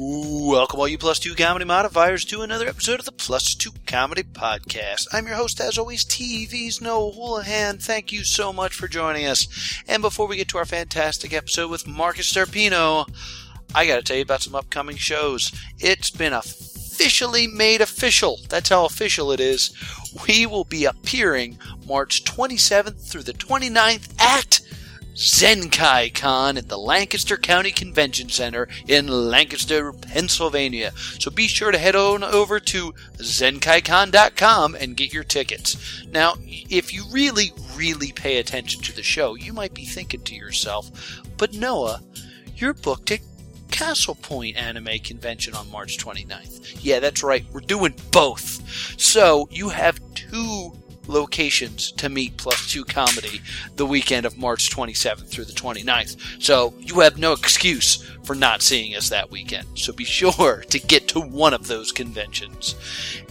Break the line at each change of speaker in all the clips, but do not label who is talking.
Welcome, all you plus two comedy modifiers, to another episode of the Plus Two Comedy Podcast. I'm your host, as always, TV's Noah Houlihan. Thank you so much for joining us. And before we get to our fantastic episode with Marcus Terpino, I got to tell you about some upcoming shows. It's been officially made official. That's how official it is. We will be appearing March 27th through the 29th at Zenkai Con at the Lancaster County Convention Center in Lancaster, Pennsylvania. So be sure to head on over to zenkaicon.com and get your tickets. Now, if you really, really pay attention to the show, you might be thinking to yourself, but Noah, you're booked at Castle Point Anime Convention on March 29th. Yeah, that's right, we're doing both. So you have two locations to meet Plus Two Comedy the weekend of March 27th through the 29th. So you have no excuse for not seeing us that weekend. So be sure to get to one of those conventions.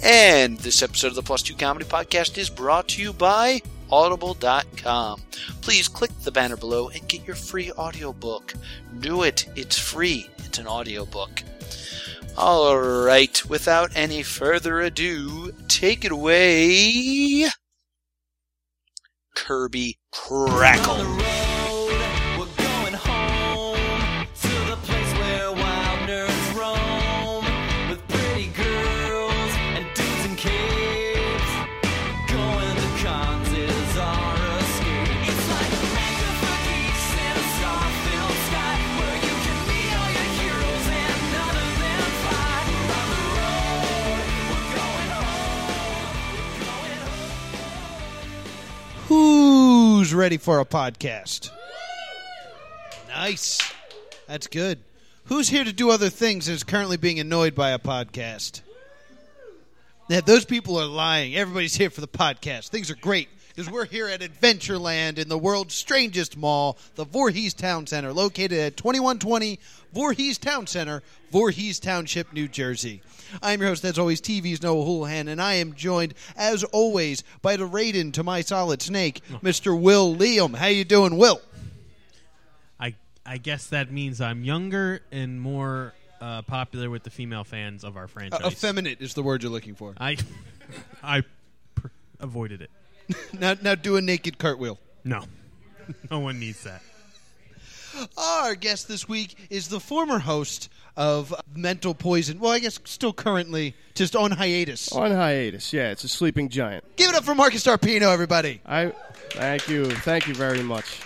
And this episode of the Plus Two Comedy Podcast is brought to you by audible.com. Please click the banner below and get your free audiobook. Do it, it's free, it's an audiobook. All right, without any further ado, take it away, Kirby Crackle.
Who's ready for a podcast? Nice. That's good. Who's here to do other things and is currently being annoyed by a podcast? Now, those people are lying. Everybody's here for the podcast. Things are great because we're here at Adventureland in the world's strangest mall, the Voorhees Town Center, located at 2120 Voorhees Town Center, Voorhees Township, New Jersey. I'm your host, as always, TV's Noah Houlihan, and I am joined, as always, by the Raiden to my solid snake, Mr. Will Liam. How you doing, Will?
I I guess that means I'm younger and more uh, popular with the female fans
Uh,
of our franchise.
effeminate is the word you're looking for.
I I pr- avoided it.
now, now do a naked cartwheel.
No, no one needs that.
Our guest this week is the former host of Mental Poison. Well, I guess still currently just on hiatus.
On hiatus, yeah, it's a sleeping giant.
Give it up for Marcus Tarpino, everybody.
I thank you, thank you very much.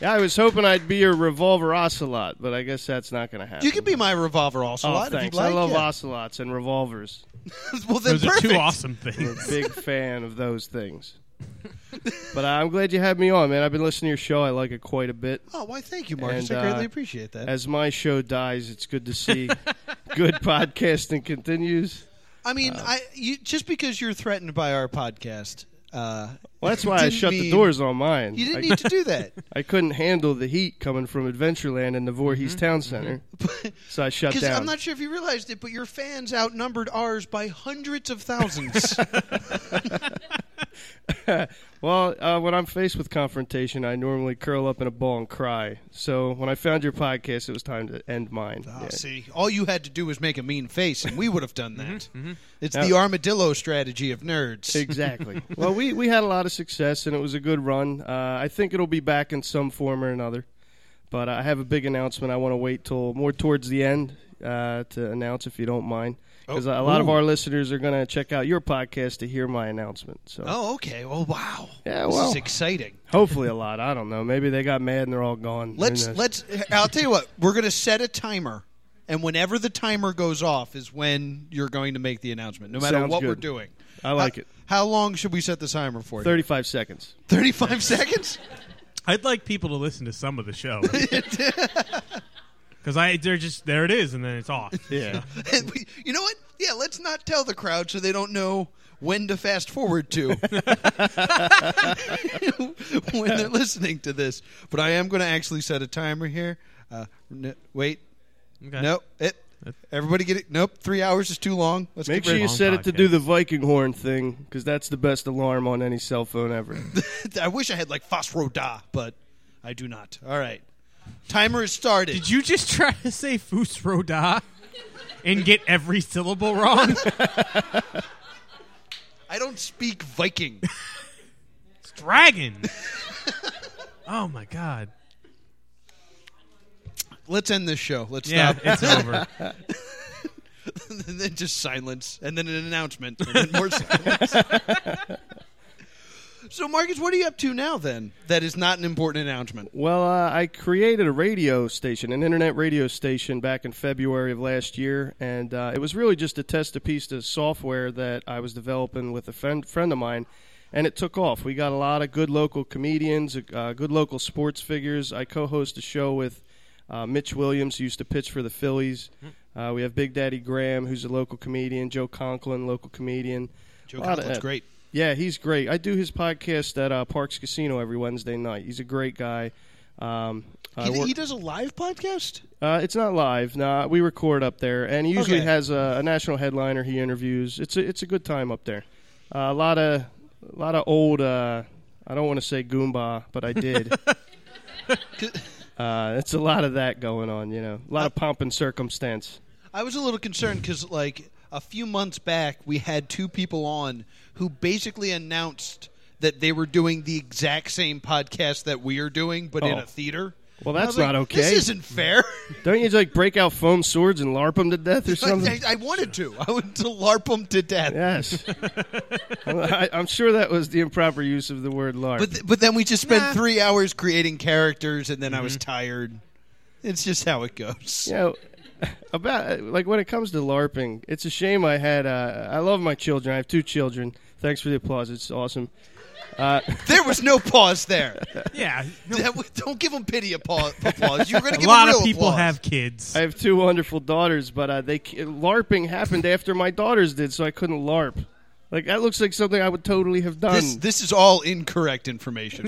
Yeah, I was hoping I'd be your revolver ocelot, but I guess that's not going to happen.
You can be my revolver also.
oh,
lot if
thanks.
you'd like.
I love
yeah.
ocelots and revolvers.
well, then
Those are
perfect.
two awesome
I'm a
things.
big fan of those things. but I'm glad you had me on, man. I've been listening to your show. I like it quite a bit.
Oh, why? Thank you, Marcus.
And,
I greatly
uh,
appreciate that.
As my show dies, it's good to see good podcasting continues.
I mean,
uh,
I you, just because you're threatened by our podcast. Uh,
Well, that's why I
didn't
shut the
mean-
doors on mine.
You didn't
I,
need to do that
I couldn't handle the heat coming from Adventureland and the Voorhees Town Center, so I shut
because
down.
Mm-hmm. I'm not sure if you realized it, but your fans outnumbered ours by hundreds of thousands.
Well, uh, when I'm faced with confrontation, I normally curl up in a ball and cry. So when I found your podcast, it was time to end mine.
Ah,
Yeah.
See, all you had to do was make a mean face, and we would have done that. It's
Mm-hmm, Yeah.
the armadillo strategy of nerds.
Exactly. well, we, we had a lot of success, and it was a good run. Uh, I think it'll be back in some form or another. But I have a big announcement. I want to wait till more towards the end uh, to announce, if you don't mind, because a lot of
Oh, ooh.
our listeners are going to check out your podcast to hear my announcement. So
Oh, okay. Well, wow.
Yeah,
this
well.
is exciting.
hopefully, a lot. I don't know. Maybe they got mad and they're all gone. Who
Let's
knows?
let's. I'll tell you what. We're going to set a timer, and whenever the timer goes off is when you're going to make the announcement, no matter
Sounds
what we're
good.
doing.
I like
how,
it.
How long should we set the timer for? you?
Thirty-five seconds.
35 seconds?
I'd like people to listen to some of the show because I they're just there it is and then it's off.
Yeah.
And we- you know what? Yeah, let's not tell the crowd so they don't know when to fast forward to when they're listening to this. But I am going to actually set a timer here. Uh, n- wait,
Okay.
nope. It, everybody get it? Nope. Three hours is too long. Let's
Make
get
sure
rid
you
of
Long
set it to do
podcast.
the Viking horn thing, because that's the best alarm on any cell phone ever.
I wish I had like Fosro Da, but I do not. All right. Timer is started.
Did you just try to say Fusroda? and get every syllable wrong.
I don't speak Viking.
It's dragon. oh my god.
Let's end this show. Let's
Yeah,
stop.
it's over.
and then just silence, and then an announcement, and then more silence. so, Marcus, what are you up to now? Then that is not an important announcement.
Well, uh, I created a radio station, an internet radio station, back in February of last year, and uh, it was really just to test a piece of software that I was developing with a friend friend of mine, and it took off. We got a lot of good local comedians, uh, good local sports figures. I co-host a show with uh, Mitch Williams, who used to pitch for the Phillies.
Hmm.
Uh, we have Big Daddy Graham, who's a local comedian. Joe Conklin, local comedian.
Joe
A lot of-
Conklin's great.
yeah, he's great. I do his podcast at uh, Parks Casino every Wednesday night. He's a great guy. Um, I
He,
work-
he does a live podcast.
uh, it's not live. Nah, we record up there, and he usually
Okay.
has a, a national headliner. He interviews. It's a, it's a good time up there. Uh, a lot of a lot of old. Uh, I don't want to say Goomba, but I did. uh, it's a lot of that going on. You know, a lot of pomp and circumstance.
I was a little concerned because, like, a few months back, we had two people on who basically announced that they were doing the exact same podcast that we are doing, but in
Oh.
a theater.
Well,
And I
that's
was like,
not okay.
This isn't fair.
Don't you like break out foam swords and larp them to death or something?
I, I wanted to. I wanted to LARP them to death.
Yes. I, I'm sure that was the improper use of the word larp.
But th- but then we just spent three hours creating characters, and then I was tired. It's just how it goes.
you know, about like when it comes to larping, it's a shame I had. Uh, I love my children. I have two children. Thanks for the applause. It's awesome.
There was no pause there.
Yeah.
That was- don't give them pity applause. applause. You're going to
A
give
lot
'em
of
real
people
applause.
have kids.
I have two wonderful daughters, but uh, they c- larping happened after my daughters did, so I couldn't larp. Like that looks like something I would totally have done.
This this is all incorrect information.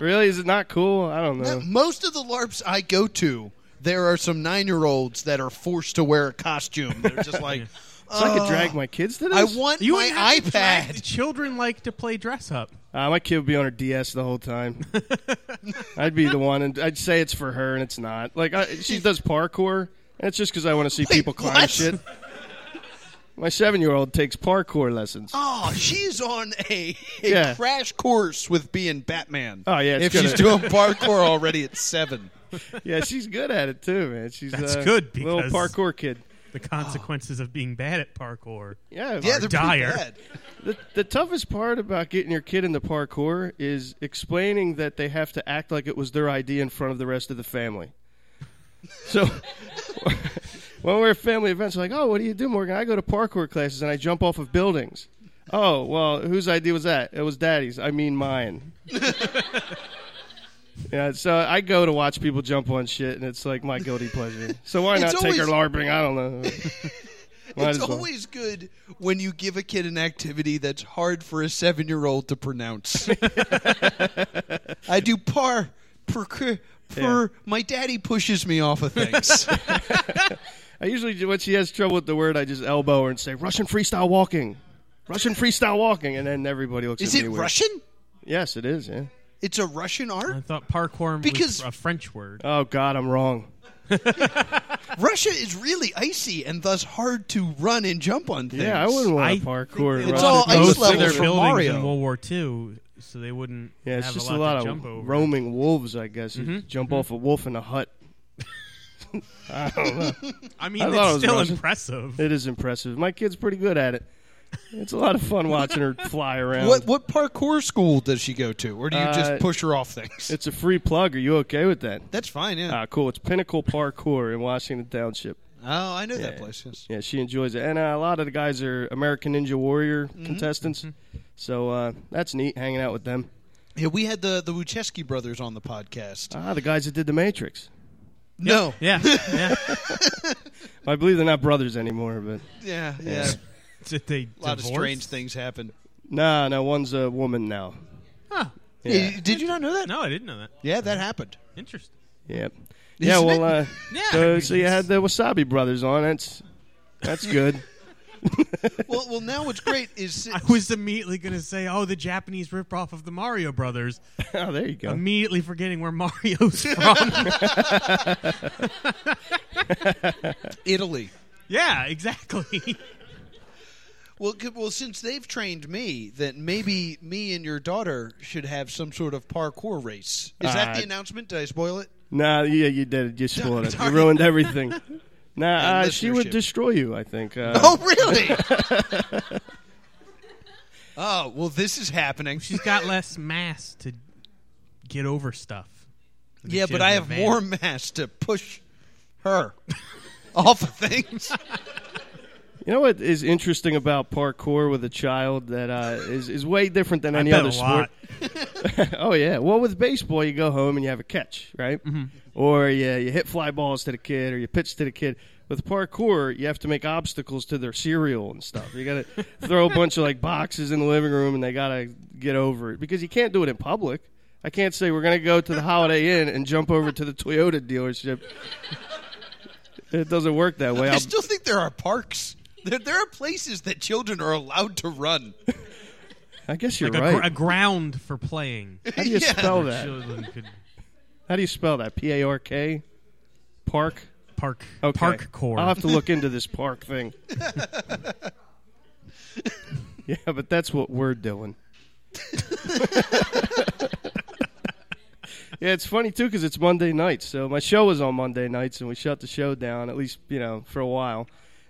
really, is it not cool? I don't know.
Most of the LARPs I go to, there are some nine year olds that are forced to wear a costume. They're just like,
So I could drag my kids to this.
uh, I want
you
my
wouldn't have to drag-
iPad.
Children like to play dress up.
Uh, my kid would be on her DS the whole time. I'd be the one, and I'd say it's for her, and it's not. Like I, she does parkour, and it's just because I want to see people climb
what?
shit. My seven-year-old takes parkour lessons.
Oh, she's on a, a
Yeah.
crash course with being Batman.
Oh, yeah, it's
if
gonna-
she's doing parkour already at seven.
Yeah, she's good at it too, man. She's
That's
uh,
good,
little
because-
parkour kid.
The consequences of being bad at parkour.
Yeah,
Yeah, they're
dire.
pretty bad.
the, the toughest part about getting your kid into parkour is explaining that they have to act like it was their idea in front of the rest of the family. So when we're at family events, like, oh, what do you do, Morgan? I go to parkour classes and I jump off of buildings. Oh, well, whose idea was that? It was daddy's. I mean, mine. yeah, so I go to watch people jump on shit, and it's like my guilty pleasure. So why
It's
not take her
always-
LARPing? I don't know. Might
It's
as well.
always good when you give a kid an activity that's hard for a seven year old to pronounce. I do par, per, per, my daddy pushes me off of things.
I usually, do- when she has trouble with the word, I just elbow her and say Russian freestyle walking, Russian freestyle walking, and then everybody looks
is
at me
it
weird.
Russian?
Yes, it is. Yeah.
It's a Russian
I
art?
thought parkour
Because-
was a French word.
Oh God, I'm wrong.
Russia is really icy and thus hard to run and jump on things.
Yeah, I wouldn't
I
want
think
to parkour.
it's
around
all
the
ice
Those
coast.
level
were
for
buildings
Mario.
in World War II, so they wouldn't
Yeah, it's
have
just
a lot, to
of
jump over. Mm-hmm.
roaming wolves, I guess. You Jump off a wolf in a hut.
I mean,
I thought it
it's
was
still
Russian.
impressive.
It is impressive. My kid's pretty good at it. It's a lot of fun watching her fly around.
What what parkour school does she go to? Or do you
Uh,
just push her off things?
It's a free plug. Are you okay with that?
that's fine, yeah.
Ah, cool. It's Pinnacle Parkour in Washington Township.
oh, I know that place. Yes.
Yeah, she enjoys it, and uh, a lot of the guys are American Ninja Warrior contestants, so uh, that's neat hanging out with them.
Yeah, we had the the Wucheski brothers on the podcast.
Ah, the guys that did the Matrix.
no.
Yeah, yeah.
I believe they're not brothers anymore, but
Yeah, yeah.
Did they
A lot
divorce?
of strange things happen.
nah, no, one's a woman now.
Huh.
Yeah,
Yeah, Did you not know that?
No, I didn't know that.
Yeah, that happened.
Interesting.
yep. yeah.
Isn't
Well, uh,
Yeah, I
so,
mean,
so you had the Wasabi brothers on. That's that's good.
Well, well, now what's great is
I was immediately going to say, "Oh, the Japanese ripoff of the Mario Brothers."
oh, there you go.
Immediately forgetting where Mario's from.
Italy.
Yeah, exactly.
Well, good, well, since they've trained me, that maybe me and your daughter should have some sort of parkour race. Is that
Uh,
the announcement? Did I spoil it?
Nah, yeah, you did. You spoiled it. You
Darn it.
ruined everything. Nah,
And
uh, she would
listenership.
destroy you. I think. Uh,
Oh, really? oh, well, this is happening.
She's got less mass to get over stuff.
yeah,
She
but
doesn't
I have
van.
more mass to push her off of things.
You know what is interesting about parkour with a child that uh, is is way different than
I
any
bet
other
a
sport.
lot.
oh yeah. Well, with baseball, you go home and you have a catch, right?
Mm-hmm.
Or yeah, you hit fly balls to the kid, or you pitch to the kid. With parkour, you have to make obstacles to their cereal and stuff. You got to throw a bunch of like boxes in the living room, and they got to get over it because you can't do it in public. I can't say we're going to go to the Holiday Inn and jump over to the Toyota dealership. It doesn't work that way.
I
I'll-
still think there are parks. There, there are places that children are allowed to run.
I guess you're
Like a,
right.
gr- Oh, a ground for playing.
How do you
Yeah.
spell that?
Children could
How do you spell that? P A R K, park.
park
Okay.
park core.
I'll have to look into this park thing. yeah, but that's what we're doing. yeah, it's funny too because it's Monday night. So my show was on Monday nights, and we shut the show down at least you know for a while.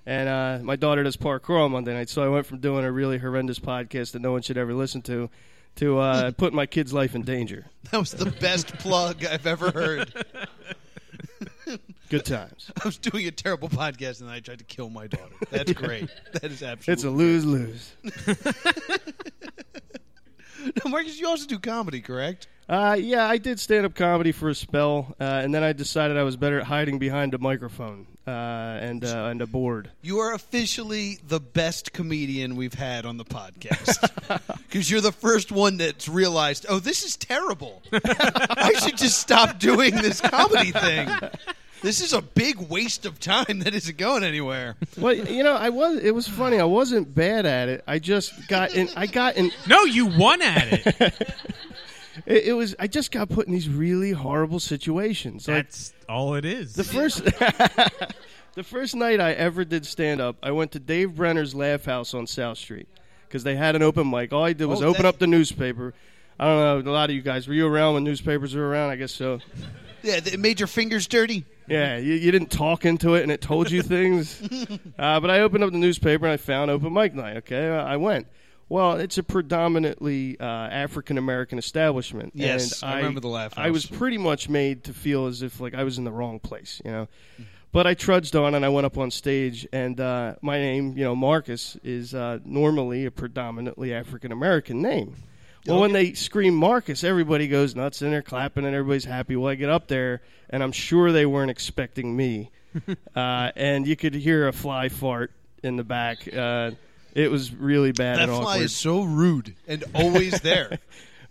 And uh, my daughter does parkour on Monday night, so I went from doing a really horrendous podcast that no one should ever listen to to uh, putting my kid's life in danger.
That was the best plug I've ever heard.
Good times.
I was doing a terrible podcast and I tried to kill my daughter. That's great. That is absolutely.
It's a lose lose.
No, Marcus, you also do comedy, correct?
Uh, yeah, I did stand up comedy for a spell, uh, and then I decided I was better at hiding behind a microphone uh, and uh, and a board.
You are officially the best comedian we've had on the podcast because you're the first one that's realized, oh, this is terrible. I should just stop doing this comedy thing. This is a big waste of time that isn't going anywhere.
Well, you know, I was. It was funny. I wasn't bad at it. I just got in. I got in.
no, you won at it.
It, it was. I just got put in these really horrible situations. Like,
That's all it is.
The first the first night I ever did stand up, I went to Dave Brenner's Laugh House on South Street because they had an open mic. All I did was
Oh,
open
that-
up the newspaper. I don't know. A lot of you guys were you around when newspapers were around? I guess so.
Yeah, it made your fingers dirty.
Yeah, you, you didn't talk into it, and it told you things. uh, but I opened up the newspaper and I found open mic night. Okay, I I went. Well, it's a predominantly uh, African American establishment.
Yes,
and
I remember the Laugh
I was
House.
pretty much made to feel as if like I was in the wrong place, you know.
Mm-hmm.
But I trudged on and I went up on stage, and uh, my name, you know, Marcus, is uh, normally a predominantly African American name. Well, when they scream Marcus, everybody goes nuts and they're clapping and everybody's happy. Well, I get up there, and I'm sure they weren't expecting me. uh, and you could hear a fly fart in the back. Uh, it was really bad
That
and
fly
awkward.
is so rude and always there.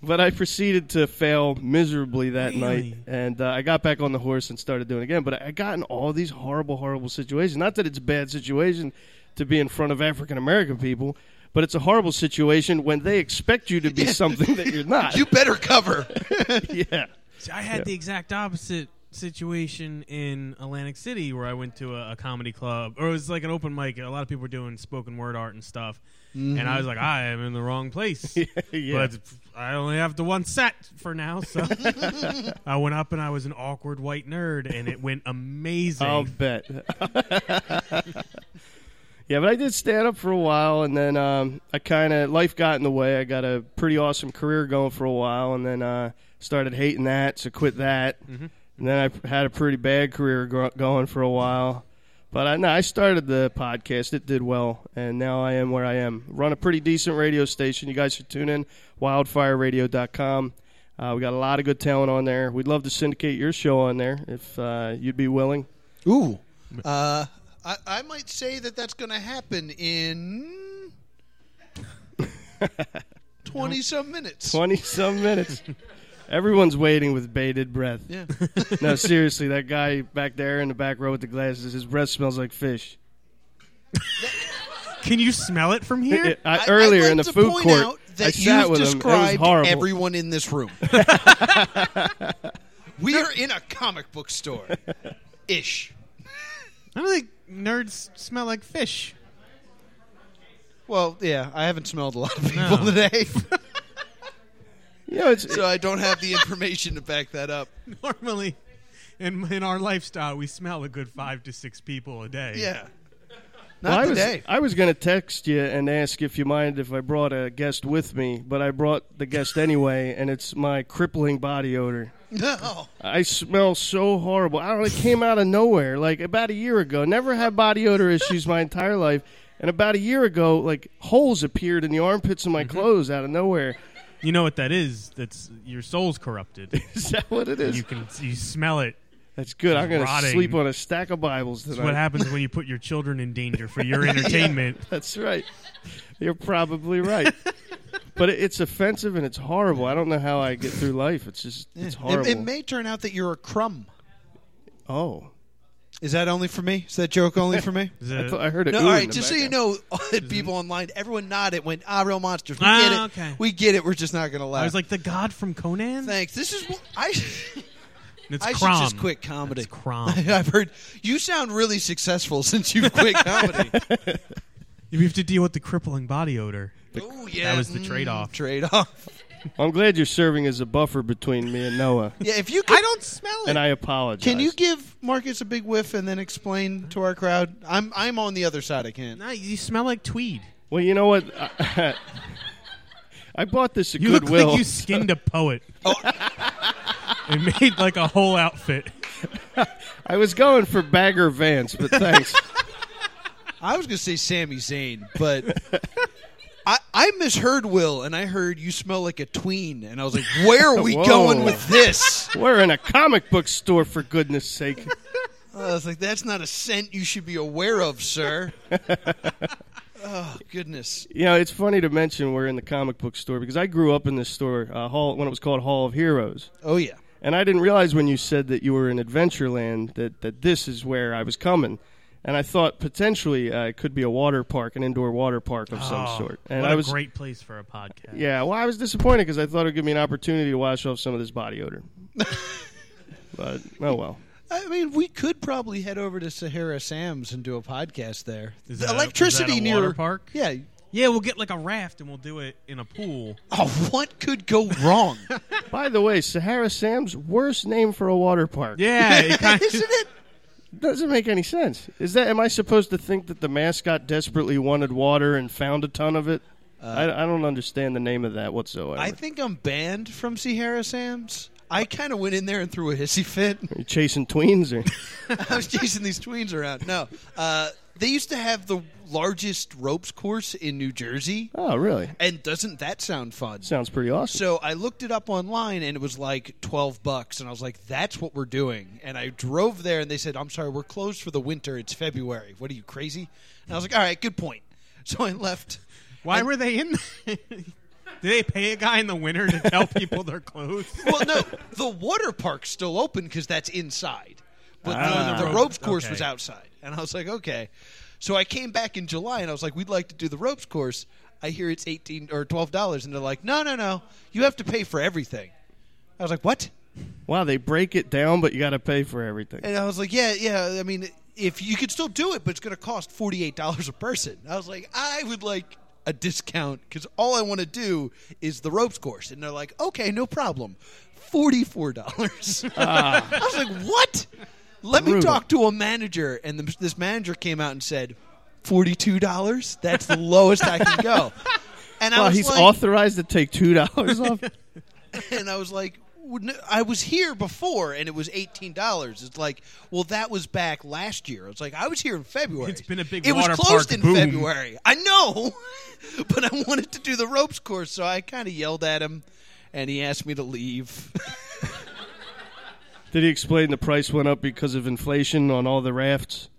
But I proceeded to fail miserably that night,
Really?
and uh, I got back on the horse and started doing it again. But I got in all these horrible, horrible situations. Not that it's a bad situation to be in front of African American people, but it's a horrible situation when they expect you to be something that you're not.
you better cover.
yeah.
See, I had the exact opposite situation in Atlantic City where I went to a, a comedy club, or it was like an open mic. A lot of people were doing spoken word art and stuff, and I was like, I am in the wrong place.
Mm-hmm. yeah.
But I only have the one set for now, so I went up and I was an awkward white nerd, and it went amazing.
I'll bet. yeah, but I did stand up for a while, and then um, I kind of life got in the way. I got a pretty awesome career going for a while, and then uh, started hating that, so quit that. And then I had a pretty bad career gro- going for a while. But I, no, I started the podcast. It did well, and now I am where I am. Run a pretty decent radio station. You guys should tune in, wildfireradio.com. Uh, we got a lot of good talent on there. We'd love to syndicate your show on there if uh, you'd be willing.
Ooh. Uh, I, I might say that that's going to happen in 20 some minutes.
20 some minutes. Everyone's waiting with bated breath.
Yeah.
No, seriously, that guy back there in the back row with the glasses, his breath smells like fish.
Can you smell it from here?
I-
I-
earlier
I'd like
in the
to
food
point
court,
out
I
that
sat
you've
with him. It was
described
horrible.
everyone in this room. we are in a comic book store, ish.
I don't think nerds smell like fish.
Well, yeah, I haven't smelled a lot of people
No.
today,
You know, it's
so I don't have the information to back that up.
Normally, in in our lifestyle, we smell a good five to six people a day.
Yeah. Not
Well, I was,
today.
I was going to text you and ask if you mind if I brought a guest with me, but I brought the guest anyway, and it's my crippling body odor.
no.
I smell so horrible. I don't know, it came out of nowhere, like about a year ago. Never had body odor issues my entire life. And about a year ago, like holes appeared in the armpits of my
Mm-hmm.
clothes out of nowhere.
You know what that is? That's your soul's corrupted.
Is that what it
you
is?
can you smell it.
That's good. I'm going to
Rotting.
sleep on a stack of Bibles
It's what
tonight.
happens when you put your children in danger for your entertainment.
That's right. You're probably right. But it- it's offensive and it's horrible. I don't know how I get through life. It's just it's horrible.
It, it may turn out that you're a crumb.
oh,
Is that only for me? Is that joke only for me?
Is
I,
it-
thought I heard it.
No, all right. Just so you know, all the people online, everyone nodded. Went, ah, real monsters. We
Mm-hmm. Ah,
get it.
okay.
We get it. We're just not gonna laugh.
I was like the god from Conan.
thanks. This is what I.
And it's
I should
Crom.
just quit comedy.
It's Crom.
I've heard you sound really successful since you've quit comedy.
you have to deal with the crippling body odor.
oh yeah, mm,
was the trade-off.
Trade off.
I'm glad you're serving as a buffer between me and Noah,
Yeah, if you could,
I don't smell it.
and I apologize.
can you give Marcus a big whiff and then explain to our crowd? I'm I'm on the other side. I can't.
No, you smell like tweed.
Well, you know what? I, bought this at
You look
Goodwill. Oh.
like you skinned a poet. and made like a whole outfit.
I was going for Bagger Vance, but thanks.
I was gonna say Sami Zayn, but I I misheard Will and I heard you smell like a tween, and I was like, where are we
Whoa.
going with this?
We're in a comic book store, for goodness sake.
I was like, that's not a scent you should be aware of, sir. oh goodness.
You know, it's funny to mention we're in the comic book store because I grew up in this store uh, hall when it was called Hall of Heroes.
Oh yeah.
And I didn't realize when you said that you were in Adventureland that, that this is where I was coming. And I thought potentially uh, it could be a water park, an indoor water park of some
Oh,
sort. And
what
I
a
was
great place for a podcast.
Yeah, well, I was disappointed because I thought it would give me an opportunity to wash off some of this body odor. but oh well.
I mean, we could probably head over to Sahara Sam's and do a podcast there.
Is
The
that a-
electricity
is that a
near
water park?
Yeah.
Yeah, we'll get like a raft and we'll do it in a pool.
Oh, what could go wrong?
By the way, Sahara Sam's worst name for a water park.
Yeah, it kind of-
Isn't it?
Doesn't make any sense. Is that am I supposed to think that the mascot desperately wanted water and found a ton of it? I, I don't understand the name of that whatsoever.
Uh, I think I'm banned from Sahara Sam's. I kind of went in there and threw a hissy fit.
Are you chasing tweens or
I was chasing these tweens around. No, uh, they used to have the largest ropes course in New Jersey,
Oh, really?
and doesn't that sound fun?
Sounds pretty awesome.
So I looked it up online and it was like 12 bucks and I was like that's what we're doing. And I drove there and they said I'm sorry, we're closed for the winter. It's February. What are you crazy? And I was like all right, good point. So I left.
Why were they in there? Did they pay a guy in the winter to tell people they're closed?
Well, no, the water park's still open cuz that's inside. But
Ah.
the, the ropes course was
Okay.
outside. And I was like, okay. So I came back in July and I was like, we'd like to do the ropes course. I hear it's 18 or $12 and they're like, "No, no, no. You have to pay for everything." I was like, "What?"
wow, they break it down, but you got to pay for everything.
And I was like, yeah, yeah. I mean, if you could still do it, but it's going to cost forty eight dollars a person. I was like, I would like a discount because all I want to do is the ropes course. And they're like, okay, no problem. Forty four dollars. I was like, what? Let me
Ah. Brutal.
talk to a manager. And the, this manager came out and said, forty two dollars. That's the lowest I can go. And I
Wow,
was
he's
like,
authorized to take two dollars off.
and I was like, "Well, no, I was here before, and it was eighteen dollars. It's like, well, that was back last year. It's like I was here in February.
It's been a big
It was
water
closed
park
in
boom.
February. I know, but I wanted to do the ropes course, so I kind of yelled at him, and he asked me to leave.
Did he explain the price went up because of inflation on all the rafts?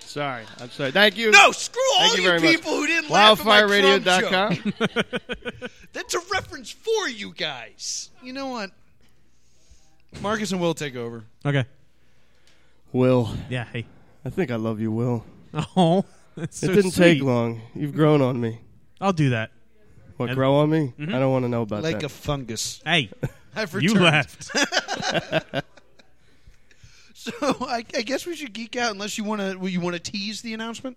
sorry, I'm sorry. Thank you.
no, screw
Thank
all
you
you,
very much.
people who didn't laugh at my Trump joke.
WildfireRadio.com.
That's a reference for you guys. You know what? Marcus and Will take over.
Okay.
Will,
Yeah, hey.
I think I love you, Will.
Oh, that's
it
so
didn't
sweet.
take long. You've grown on me.
I'll do that.
What,
And-
grow on me? I don't want to know about
Mm-hmm. Like a
that.
fungus.
Hey,
I've
you
returned.
left.
So I, I guess we should geek out unless you want to. You want to tease the announcement?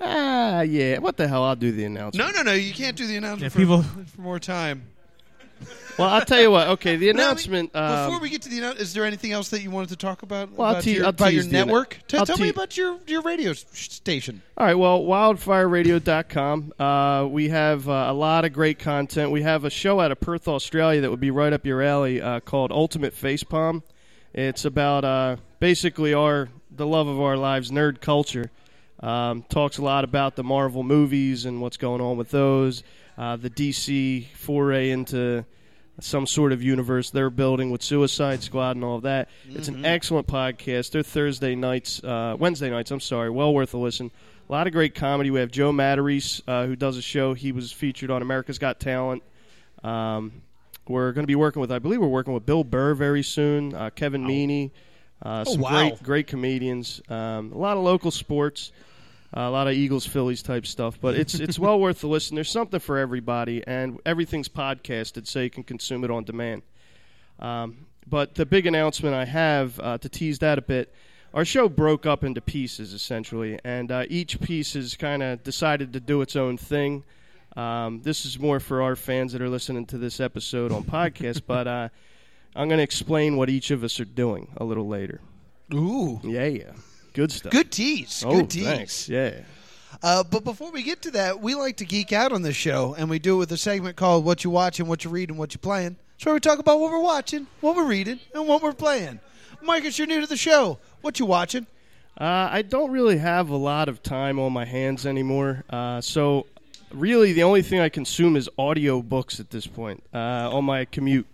Ah, yeah. What the hell? I'll do the announcement.
No, no, no. You can't do the announcement.
Yeah,
for-
people-
for more time.
Well, I'll tell you what. Okay,
No,
the
I mean,
announcement. um,
before we get to the announcement, is there anything else that you wanted to talk about?
Well, I'll
about
tee-
your,
I'll
about your
tease the annou-
network. T-
I'll
tell me
tee-
about your your radio s- station.
All right, well, wildfireradio.com. Uh, we have uh, a lot of great content. We have a show out of Perth, Australia that would be right up your alley uh, called Ultimate Facepalm. It's about uh, basically our the love of our lives, nerd culture. Um, talks a lot about the Marvel movies and what's going on with those, uh, the DC foray into some sort of universe they're building with Suicide Squad and all of that. It's an excellent podcast. They're Thursday nights, uh, Wednesday nights. I'm sorry, well worth a listen. A lot of great comedy. We have Joe Matarese, uh, who does a show. He was featured on America's Got Talent. Um, we're going to be working with, I believe, we're working with Bill Burr very soon. Uh, Kevin Meaney, uh, some
wow.
great, great comedians. Um, a lot of local sports. Uh, a lot of Eagles Phillies type stuff, but it's it's well worth the listen. There's something for everybody, and everything's podcasted, so you can consume it on demand. Um, but the big announcement I have uh, to tease that a bit. Our show broke up into pieces essentially, and uh, each piece has kind of decided to do its own thing. Um, this is more for our fans that are listening to this episode on podcast, but uh, I'm going to explain what each of us are doing a little later.
Ooh,
Yeah, yeah, good stuff.
good tease.
Oh,
good tease.
thanks. Yeah.
Uh, but before we get to that, we like to geek out on this show, and we do it with a segment called "What You Watching, What You Reading, What You Playing." It's where we talk about what we're watching, what we're reading, and what we're playing. Marcus, you're new to the show. What you watching?
Uh, I don't really have a lot of time on my hands anymore. Uh, so, really, the only thing I consume is audio books at this point uh, on my commute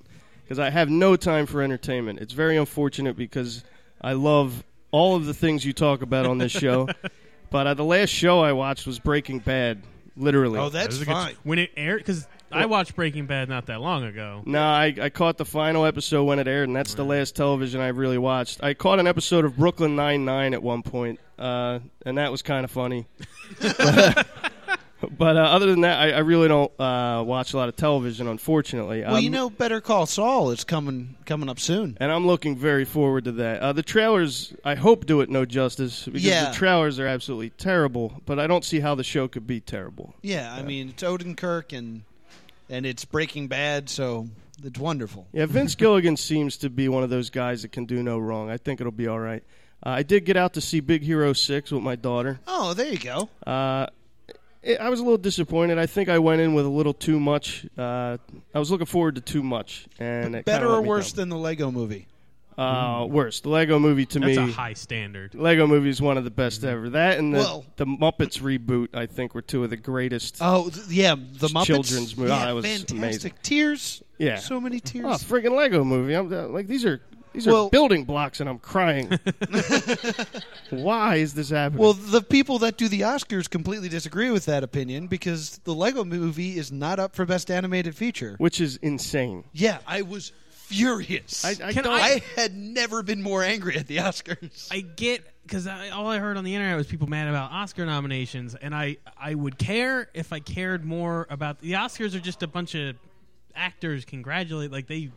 because I have no time for entertainment. It's very unfortunate because I love all of the things you talk about on this show. but uh, the last show I watched was Breaking Bad, literally.
that's
Those are good- When it aired, because I watched Breaking Bad not that long ago.
No, I, I caught the final episode when it aired, and that's the last television I really watched. I caught an episode of Brooklyn Nine Nine at one point, uh, and that was kind of funny. but uh, other than that, I, I really don't uh, watch a lot of television, unfortunately. Um,
Well, you know, Better Call Saul is coming coming up soon.
and I'm looking very forward to that. Uh, the trailers, I hope, do it no justice because
Yeah.
the trailers are absolutely terrible. But I don't see how the show could be terrible.
Yeah, I mean it's Odenkirk and and it's Breaking Bad, so it's wonderful.
Yeah, Vince Gilligan seems to be one of those guys that can do no wrong. I think it'll be all right. Uh, I did get out to see Big Hero 6 with my daughter.
Oh, there you go.
Uh, it, I was a little disappointed. I think I went in with a little too much. Uh, I was looking forward to too much. and it
Better
kinda let
or
me
worse
down.
than the Lego Movie?
Uh, worse. The Lego movie to
That's
me.
a high standard.
Lego movie is one of the best ever. That and the,
Well-
the Muppets reboot, I think, were two of the greatest.
Oh, th- yeah, the Muppets.
children's movie.
Yeah,
Oh, that was
fantastic.
amazing.
Tears.
Yeah.
so many tears.
Oh, friggin' Lego movie. I'm uh, like these are these are
Well-
building blocks and I'm crying. Why is this happening?
well, the people that do the Oscars completely disagree with that opinion because the Lego Movie is not up for Best Animated Feature.
which is insane.
Yeah, I was furious.
I, I
Can
don't,
I had never been more angry at the Oscars.
I get because I, all I heard on the internet was people mad about Oscar nominations, and I I would care if I cared more about the Oscars are just a bunch of actors congratulate like they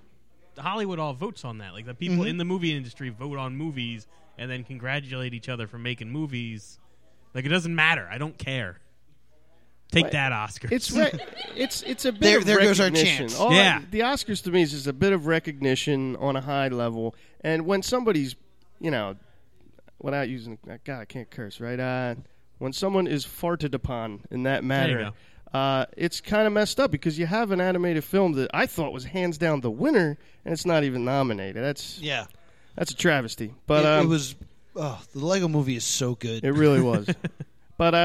Hollywood all votes on that like the people in the movie industry vote on movies and then congratulate each other for making movies like it doesn't matter I don't care take that Uh, Oscar
It's re- it's it's a bit
There-
of
there goes our
recognition.
chance.
All I-
Yeah.
the Oscars to me is just a bit of recognition on a high level, and when somebody's you know without using God I can't curse right uh, when someone is farted upon in that matter.
go.
Uh, it's kind of messed up because you have an animated film that I thought was hands down the winner, and it's not even nominated. That's
Yeah,
that's a travesty. But
it, it
um,
was. Oh, the Lego Movie is so good.
It really was. but uh,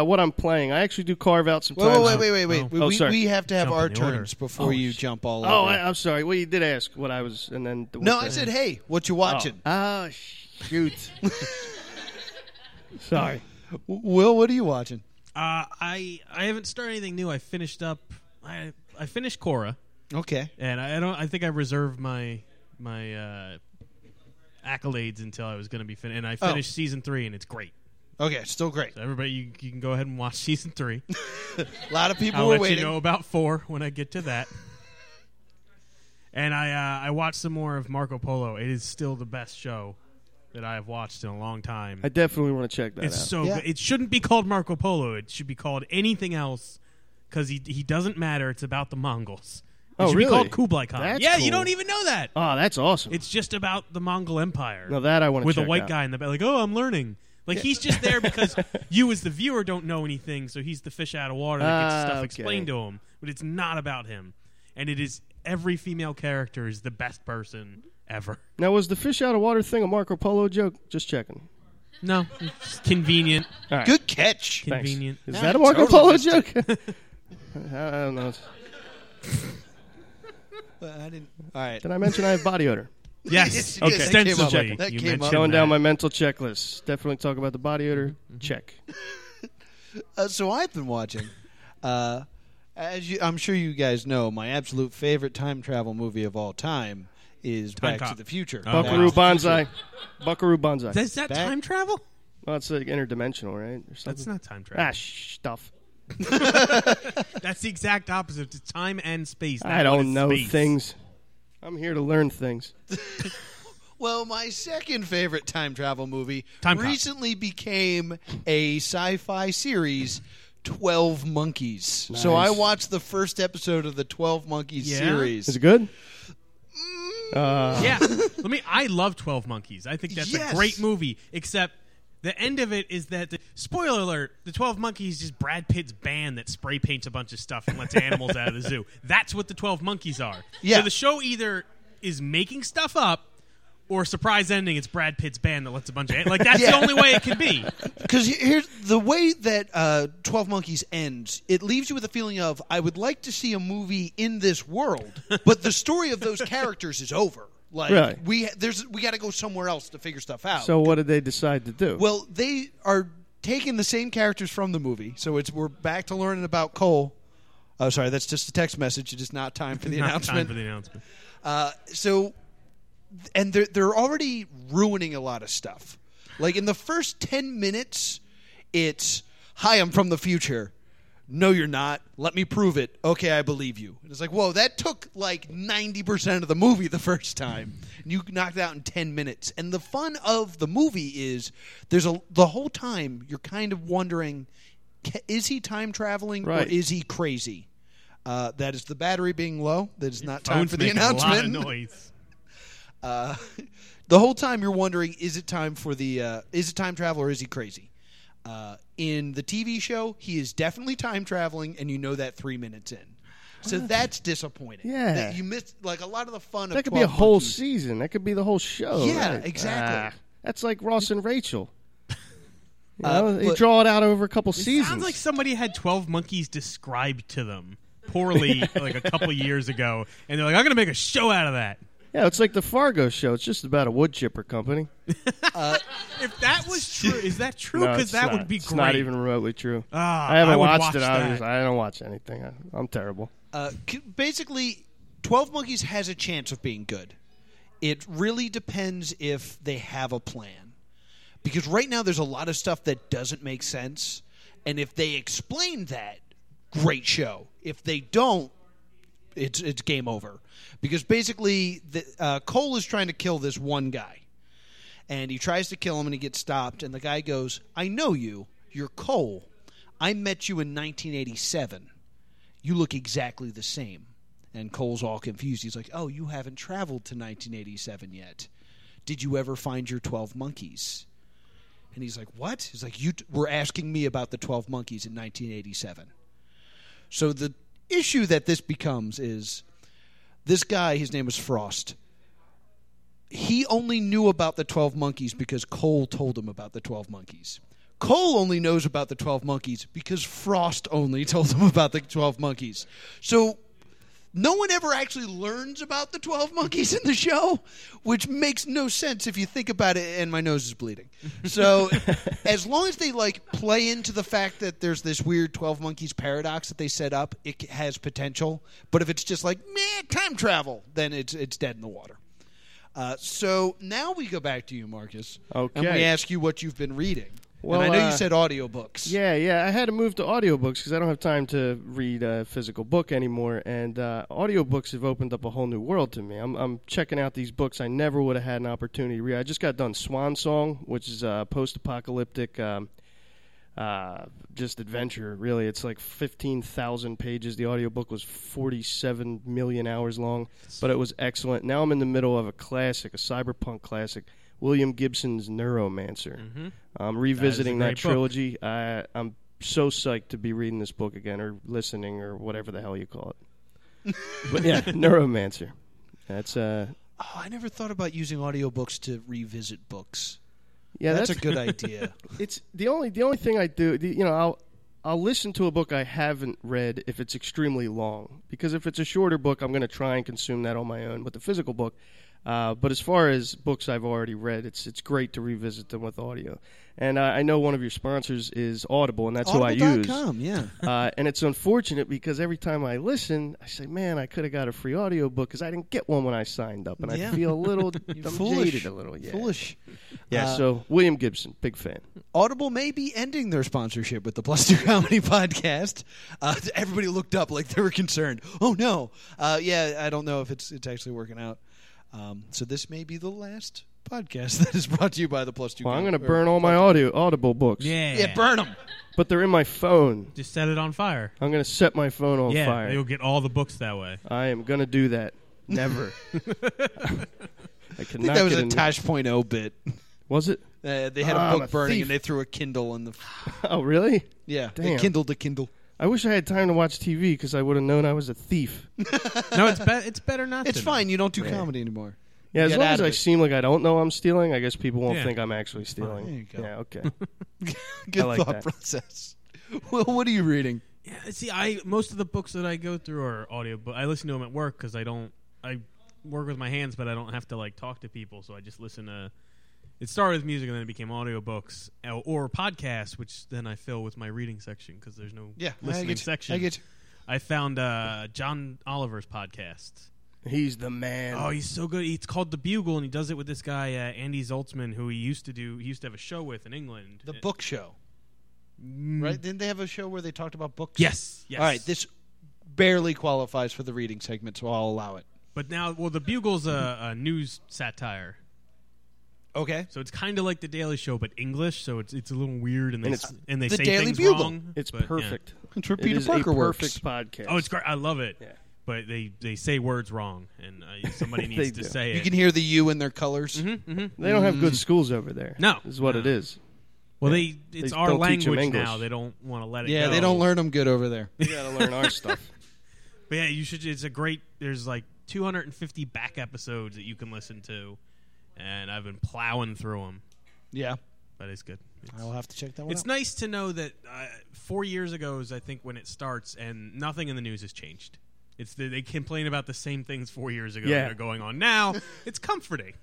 uh, what I'm playing, I actually do carve out some
Wait,
time.
wait, wait, wait, wait,
Oh.
wait.
Oh,
we,
sorry.
we have to have
Jump
our
in the order.
turns before you jump all
Oh,
over.
I, I'm sorry. Well, you did ask what I was, and then
no, I said, hey, what you watching?
Oh, shoot. sorry.
W- Will, what are you watching?
uh, I I haven't started anything new I finished up I I finished Cora
Okay.
and I, I don't. I think I reserved my my uh, accolades until I was going to be finished. And
Oh.
I finished season three, and it's great.
Okay, still great.
So everybody, you, you can go ahead and watch season three.
A lot of people
I'll
were
let
waiting.
you know about four when I get to that. and I uh, I watched some more of Marco Polo. It is still the best show that I have watched in a long time.
I definitely want to check that
it's
out.
so
Yeah.
good. It shouldn't be called Marco Polo. It should be called anything else because he he doesn't matter. It's about the Mongols. It
Oh,
should
really?
be called Kublai Khan.
That's
yeah, you
cool.
don't even know that.
oh, that's awesome.
It's just about the Mongol Empire.
now that I want to
with
check
a white
out.
guy in the back, like, oh, I'm learning. Like he's just there because you, as the viewer, don't know anything, so he's the fish out of water that gets
Ah,
stuff
okay.
explained to him. But it's not about him, and it is every female character is the best person ever.
Now was the fish out of water thing a Marco Polo joke? Just checking.
No, it's just convenient,
All right.
Good catch.
Thanks.
convenient.
Is
No,
that a
you
Marco
totally
Polo
missed
joke? I I don't know.
But I didn't. All right.
Did I mention I have body odor?
Yes,
Okay. That came up.
extensively.
That
you
came up.
mentioned
Going down
that.
my mental checklist. Definitely talk about the body odor.
Mm-hmm.
Check.
Uh, so I've been watching. Uh, as you, I'm sure you guys know, my absolute favorite time travel movie of all time is
Time
Back
Cop.
to the Future.
Oh,
Buckaroo
wow.
Banzai. Buckaroo Banzai.
Is that
Back-
time travel?
well, it's like interdimensional, right? Or something.
That's not time travel.
ah stuff.
That's the exact opposite to time and space. That
I
one
don't
is
know
space.
things. I'm here to learn things.
Well, my second favorite time travel movie
Time Cop.
recently became a sci-fi series, Twelve Monkeys. So I
Nice.
watched the first episode of the Twelve Monkeys
Yeah?
series.
Is it good? Uh,
Yeah. Let me I love 12 Monkeys. I think that's
Yes.
a great movie except the end of it is that the, spoiler alert, the 12 Monkeys is just Brad Pitt's band that spray paints a bunch of stuff and lets animals out of the zoo. That's what the 12 Monkeys are.
Yeah.
So the show either is making stuff up or surprise ending it's Brad Pitt's band that lets a bunch of like that's the
Yeah.
only way it can be.
Because here's the way that uh, Twelve Monkeys ends. It leaves you with a feeling of I would like to see a movie in this world, but the story of those characters is over. Like
Really?
we there's we got to go somewhere else to figure stuff out.
so what did they decide to do?
well, they are taking the same characters from the movie, so it's we're back to learning about Cole. Oh, sorry, that's just a text message. It is not time for the
Not
announcement.
time for the announcement.
Uh, so, and they're they're already ruining a lot of stuff. Like in the first ten minutes, it's "Hi, I'm from the future." No, you're not. Let me prove it. Okay, I believe you. And it's like, whoa, that took like ninety percent of the movie the first time. And you knocked it out in ten minutes. And the fun of the movie is there's a the whole time you're kind of wondering, "Ca- is he time traveling
Right.
or is he crazy? Uh, that is the battery being low. That is not time
Phones
for the
make a lot of
announcement.
noise.
Uh, the whole time you're wondering, is it time for the uh, is it time travel or is he crazy? Uh, in the TV show, he is definitely time traveling, and you know that three minutes in. So that's disappointing.
Yeah.
That you missed like a lot of the fun. of
that could be a
12
whole
Monkeys.
season. That could be the whole show.
Yeah,
right?
exactly.
Ah, that's like Ross and Rachel. You,
Uh,
know, they
but-
draw it out over a couple seasons.
Sounds like somebody had 12 monkeys described to them poorly like a couple years ago and they're like I'm going to make a show out of that.
yeah, it's like the Fargo show. It's just about a wood chipper company.
If that was true, is that true?
No,
Because
it's
that
not.
would be
it's
great.
not even remotely true.
Ah,
I haven't
I would
watched
watch
it. I,
that.
was- I don't watch anything. I, I'm terrible.
Uh, c- basically, Twelve Monkeys has a chance of being good. It really depends if they have a plan, because right now there's a lot of stuff that doesn't make sense, and if they explain that, great show. If they don't, it's it's game over, because basically the, uh, Cole is trying to kill this one guy, and he tries to kill him, and he gets stopped, and the guy goes, "I know you. You're Cole. I met you in 1987." you look exactly the same. And Cole's all confused. He's like, Oh, you haven't traveled to 1987 yet. Did you ever find your 12 monkeys? And he's like, What? He's like, You t- were asking me about the 12 monkeys in 1987. So the issue that this becomes is this guy, his name is Frost. He only knew about the 12 monkeys because Cole told him about the 12 monkeys. Cole only knows about the 12 monkeys because Frost only told him about the 12 monkeys. So no one ever actually learns about the 12 monkeys in the show, which makes no sense if you think about it and my nose is bleeding. So as long as they like play into the fact that there's this weird 12 monkeys paradox that they set up, it has potential. But if it's just like, meh, time travel, then it's it's dead in the water. Uh, so now we go back to you, Marcus. And we
Okay.
ask you what you've been reading.
Well,
and I know
uh,
you said audiobooks.
Yeah, yeah. I had to move to audiobooks because I don't have time to read a physical book anymore. And uh, audiobooks have opened up a whole new world to me. I'm, I'm checking out these books I never would have had an opportunity to read. I just got done Swan Song, which is a post apocalyptic. Um, uh, just adventure, really. It's like 15,000 pages. The audiobook was 47 million hours long, but it was excellent. Now I'm in the middle of a classic, a cyberpunk classic, William Gibson's Neuromancer. I'm revisiting
Mm-hmm. That
that,
is a great book.
trilogy. I, I'm so psyched to be reading this book again or listening or whatever the hell you call it. but yeah, Neuromancer. That's uh
Oh, I never thought about using audiobooks to revisit books.
yeah,
that's,
that's,
a good idea.
it's the only the only thing I do. The, you know, I'll I'll listen to a book I haven't read if it's extremely long because if it's a shorter book, I'm going to try and consume that on my own with the physical book. Uh, but as far as books I've already read, it's it's great to revisit them with audio. And uh, I know one of your sponsors is Audible, and that's who I use.
Audible.com, yeah.
Uh, and it's unfortunate because every time I listen, I say, "Man, I could have got a free audiobook because I didn't get one when I signed up," and
Yeah.
I feel a little I'm
foolish.
jaded a little. Yeah,
Foolish.
yeah.
Uh,
so William Gibson, big fan.
Audible may be ending their sponsorship with the Plus Two Comedy Podcast. Uh, everybody looked up like they were concerned. Oh no, uh, yeah, I don't know if it's it's actually working out. Um, so this may be the last podcast that is brought to you by the Plus Two.
Well, I'm
Com-
going to
or-
burn all my audio Audible books.
Yeah.
Yeah, burn them.
But they're in my phone.
Just set it on fire.
I'm going to set my phone on
yeah,
fire.
you'll get all the books that way.
I am going to do that. Never. I
I think
cannot
that was
get
a
in-
Tosh Point O bit.
Was it?
Uh, they had
Ah,
a
I'm
book
a
burning
thief.
and they threw a Kindle in the.
Oh, really?
Yeah, they
Damn.
kindled a Kindle.
I wish I had time to watch TV because I would have known I was a thief.
No, it's be- it's better not.
It's
to.
fine. You don't do comedy anymore.
Yeah, as
Get
long
out
as
of
I
it.
seem like I don't know I'm stealing, I guess people won't
Yeah.
think I'm actually stealing.
There you go.
Yeah, okay.
Good
I like
thought
that.
process. Well, what are you reading?
Yeah, see, I most of the books that I go through are audio, but I listen to them at work because I don't. I work with my hands, but I don't have to like talk to people, so I just listen to. It started with music, and then it became audiobooks or, or podcasts, which then I fill with my reading section because there's no
Yeah, I
listening
get you.
section.
I get you.
I found uh, John Oliver's podcast.
He's the man.
Oh, he's so good. It's called The Bugle, and he does it with this guy uh, Andy Zoltzman, who he used to do. He used to have a show with in England.
The
Uh,
book show,
mm,
right? Didn't they have a show where they talked about books?
Yes. Yes.
All right, this barely qualifies for the reading segment, so I'll allow it.
but now, well, The Bugle's a, a news satire.
Okay.
So it's kind of like the Daily Show, but English. So it's it's a little weird, and they
And
s-
it's-
and they
The
say
Daily
things
Bugle.
wrong.
it's
but, yeah.
perfect.
It's where
It
Peter
is a
Parker works.
perfect podcast.
Oh, it's great. I love it.
Yeah.
But they, they say words wrong, and uh, somebody needs to
do.
say
You mm-hmm.
it.
can hear the U in their colors.
Mm-hmm.
They don't have good schools over there.
No.
Is what
No.
it is.
well, they it's
They
our
don't teach 'em
language
English.
now. They don't want to let it.
Yeah,
go.
they don't learn them good over there.
We got to learn our stuff.
But yeah, you should. It's a great. There's like 250 back episodes that you can listen to, and I've been plowing through them.
yeah,
But it's good. It's-
I'll have to check that one
It's
out.
nice to know that uh, four years ago is, I think, when it starts, and nothing in the news has changed. It's the, they complain about the same things four years ago
Yeah.
that are going on now. it's comforting.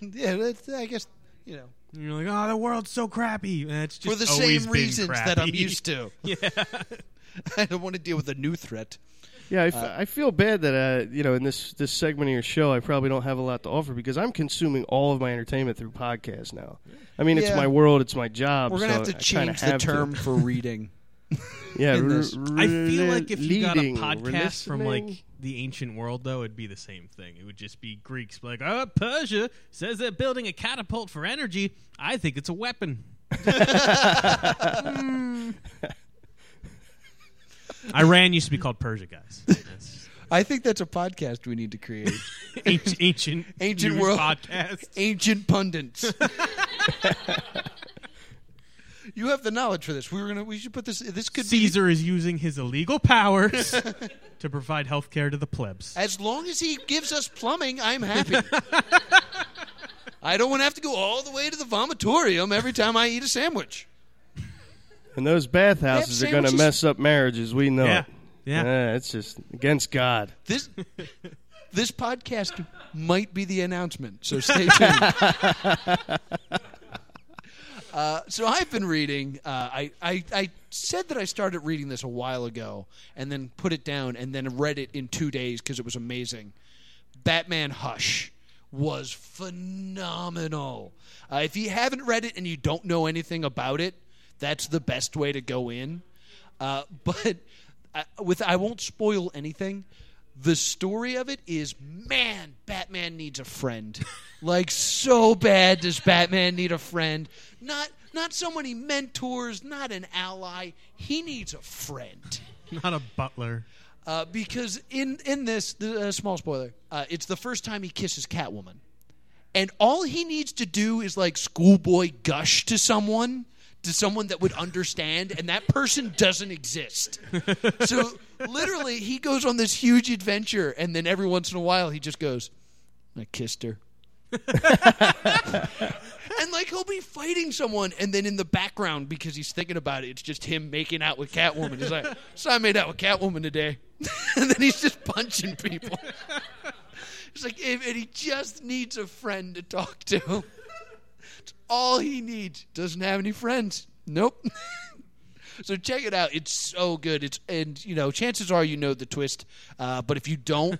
yeah, that's, I guess you know
And you're like, oh, the world's so crappy. And it's just
for the
always
same
been
reasons that I'm
crappy.
used to.
yeah,
I don't want to deal with a new threat.
Yeah, I, f- I feel bad that uh, you know in this this segment of your show, I probably don't have a lot to offer because I'm consuming all of my entertainment through podcasts now. I mean, it's
Yeah.
my world, it's my job.
We're gonna
so
have to
I kinda
change the
have to.
term for reading.
Yeah,
in this.
I feel like if you got a
leading,
podcast from
listening.
like the ancient world, though, it'd be the same thing. It would just be Greeks like, oh, Persia says they're building a catapult for energy. I think it's a weapon. Hmm. Iran used to be called Persia, guys. That's
I think that's a podcast we need to create.
ancient, ancient,
Ancient
news
world.
podcast.
Ancient pundits. you have the knowledge for this. We were gonna. We should put this. This could be
Caesar is using his illegal powers to provide health care to the plebs.
As long as he gives us plumbing, I'm happy. I don't want to have to go all the way to the vomitorium every time I eat a sandwich.
and those bathhouses
They
are
have
going to
sandwiches.
mess up marriages. We know
Yeah.
it.
Yeah.
it's just against God.
This this podcast might be the announcement, so stay tuned. uh, so I've been reading. Uh, I, I I said that I started reading this a while ago, and then put it down, and then read it in two days because it was amazing. Batman Hush,
was phenomenal. Uh, if you haven't read it and you don't know anything about it, that's the best way to go in. Uh, but I, with I won't spoil anything. The story of it is man, Batman needs a friend. like so bad does Batman need a friend. Not not so many mentors, not an ally. He needs a friend
Not a butler.
uh, because in in this the, uh, small spoiler, uh, it's the first time he kisses Catwoman, and all he needs to do is like schoolboy gush to someone, to someone that would understand, and that person doesn't exist. so literally, he goes on this huge adventure, and then every once in a while, he just goes, "I kissed her." and like he'll be fighting someone, and then in the background, because he's thinking about it, it's just him making out with Catwoman. He's like, "So I made out with Catwoman today," and then he's just punching people. It's like, and and he just needs a friend to talk to. It's all he needs. Doesn't have any friends. Nope. so check it out. It's so good. It's and you know, chances are you know the twist, uh, but if you don't,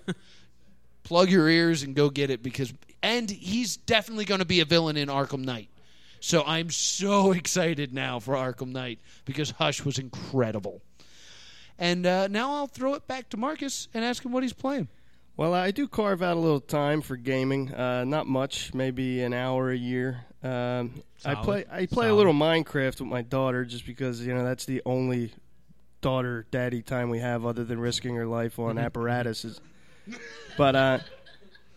plug your ears and go get it because and he's definitely going to be a villain in Arkham Knight. So I'm so excited now for Arkham Knight because Hush was incredible. And uh, now I'll throw it back to Marcus and ask him what he's playing.
Well, I do carve out a little time for gaming. Uh, not much, maybe an hour a year. Um, I
Solid.
play I play a
Solid.
little Minecraft with my daughter just because you know that's the only daughter daddy time we have other than risking her life on apparatuses. but uh,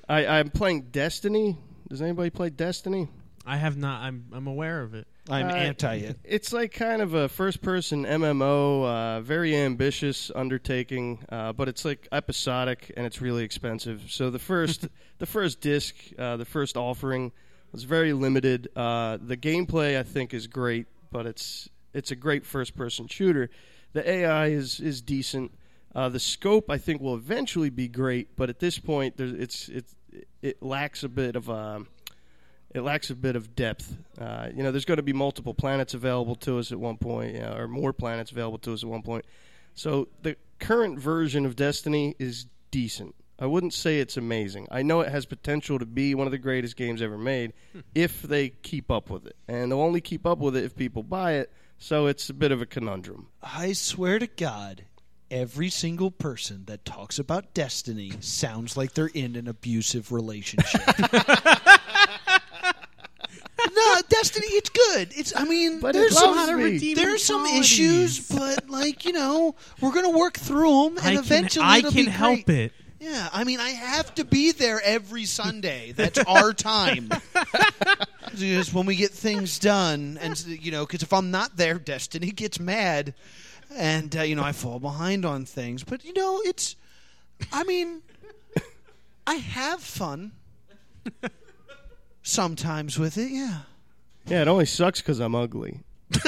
I, I'm playing Destiny. Does anybody play Destiny?
I have not. I'm I'm aware of it.
I'm
Uh,
anti it.
It's like kind of a first-person MMO, uh, very ambitious undertaking, uh, but it's like episodic and it's really expensive. So the first, the first disc, uh, the first offering was very limited. Uh, the gameplay I think is great, but it's it's a great first-person shooter. The AI is is decent. Uh, the scope I think will eventually be great, but at this point, there's, it's it's it lacks a bit of. Um, it lacks a bit of depth. Uh, you know, there's going to be multiple planets available to us at one point, you know, or more planets available to us at one point. So the current version of Destiny is decent. I wouldn't say it's amazing. I know it has potential to be one of the greatest games ever made if they keep up with it, and they'll only keep up with it if people buy it. So it's a bit of a conundrum.
I swear to God, every single person that talks about destiny sounds like they're in an abusive relationship. no, destiny, it's good. It's, I mean,
But it
there's
loves
some,
me.
there are some issues, but like you know, we're gonna work through them, and
I can,
eventually
I
it'll
can
be
help
great.
it.
Yeah, I mean, I have to be there every Sunday. That's our time. Just when we get things done, and you know, because if I'm not there, Destiny gets mad, and uh, you know, I fall behind on things. But you know, it's, I mean, I have fun sometimes with it. Yeah,
Yeah, it only sucks because I'm ugly.
and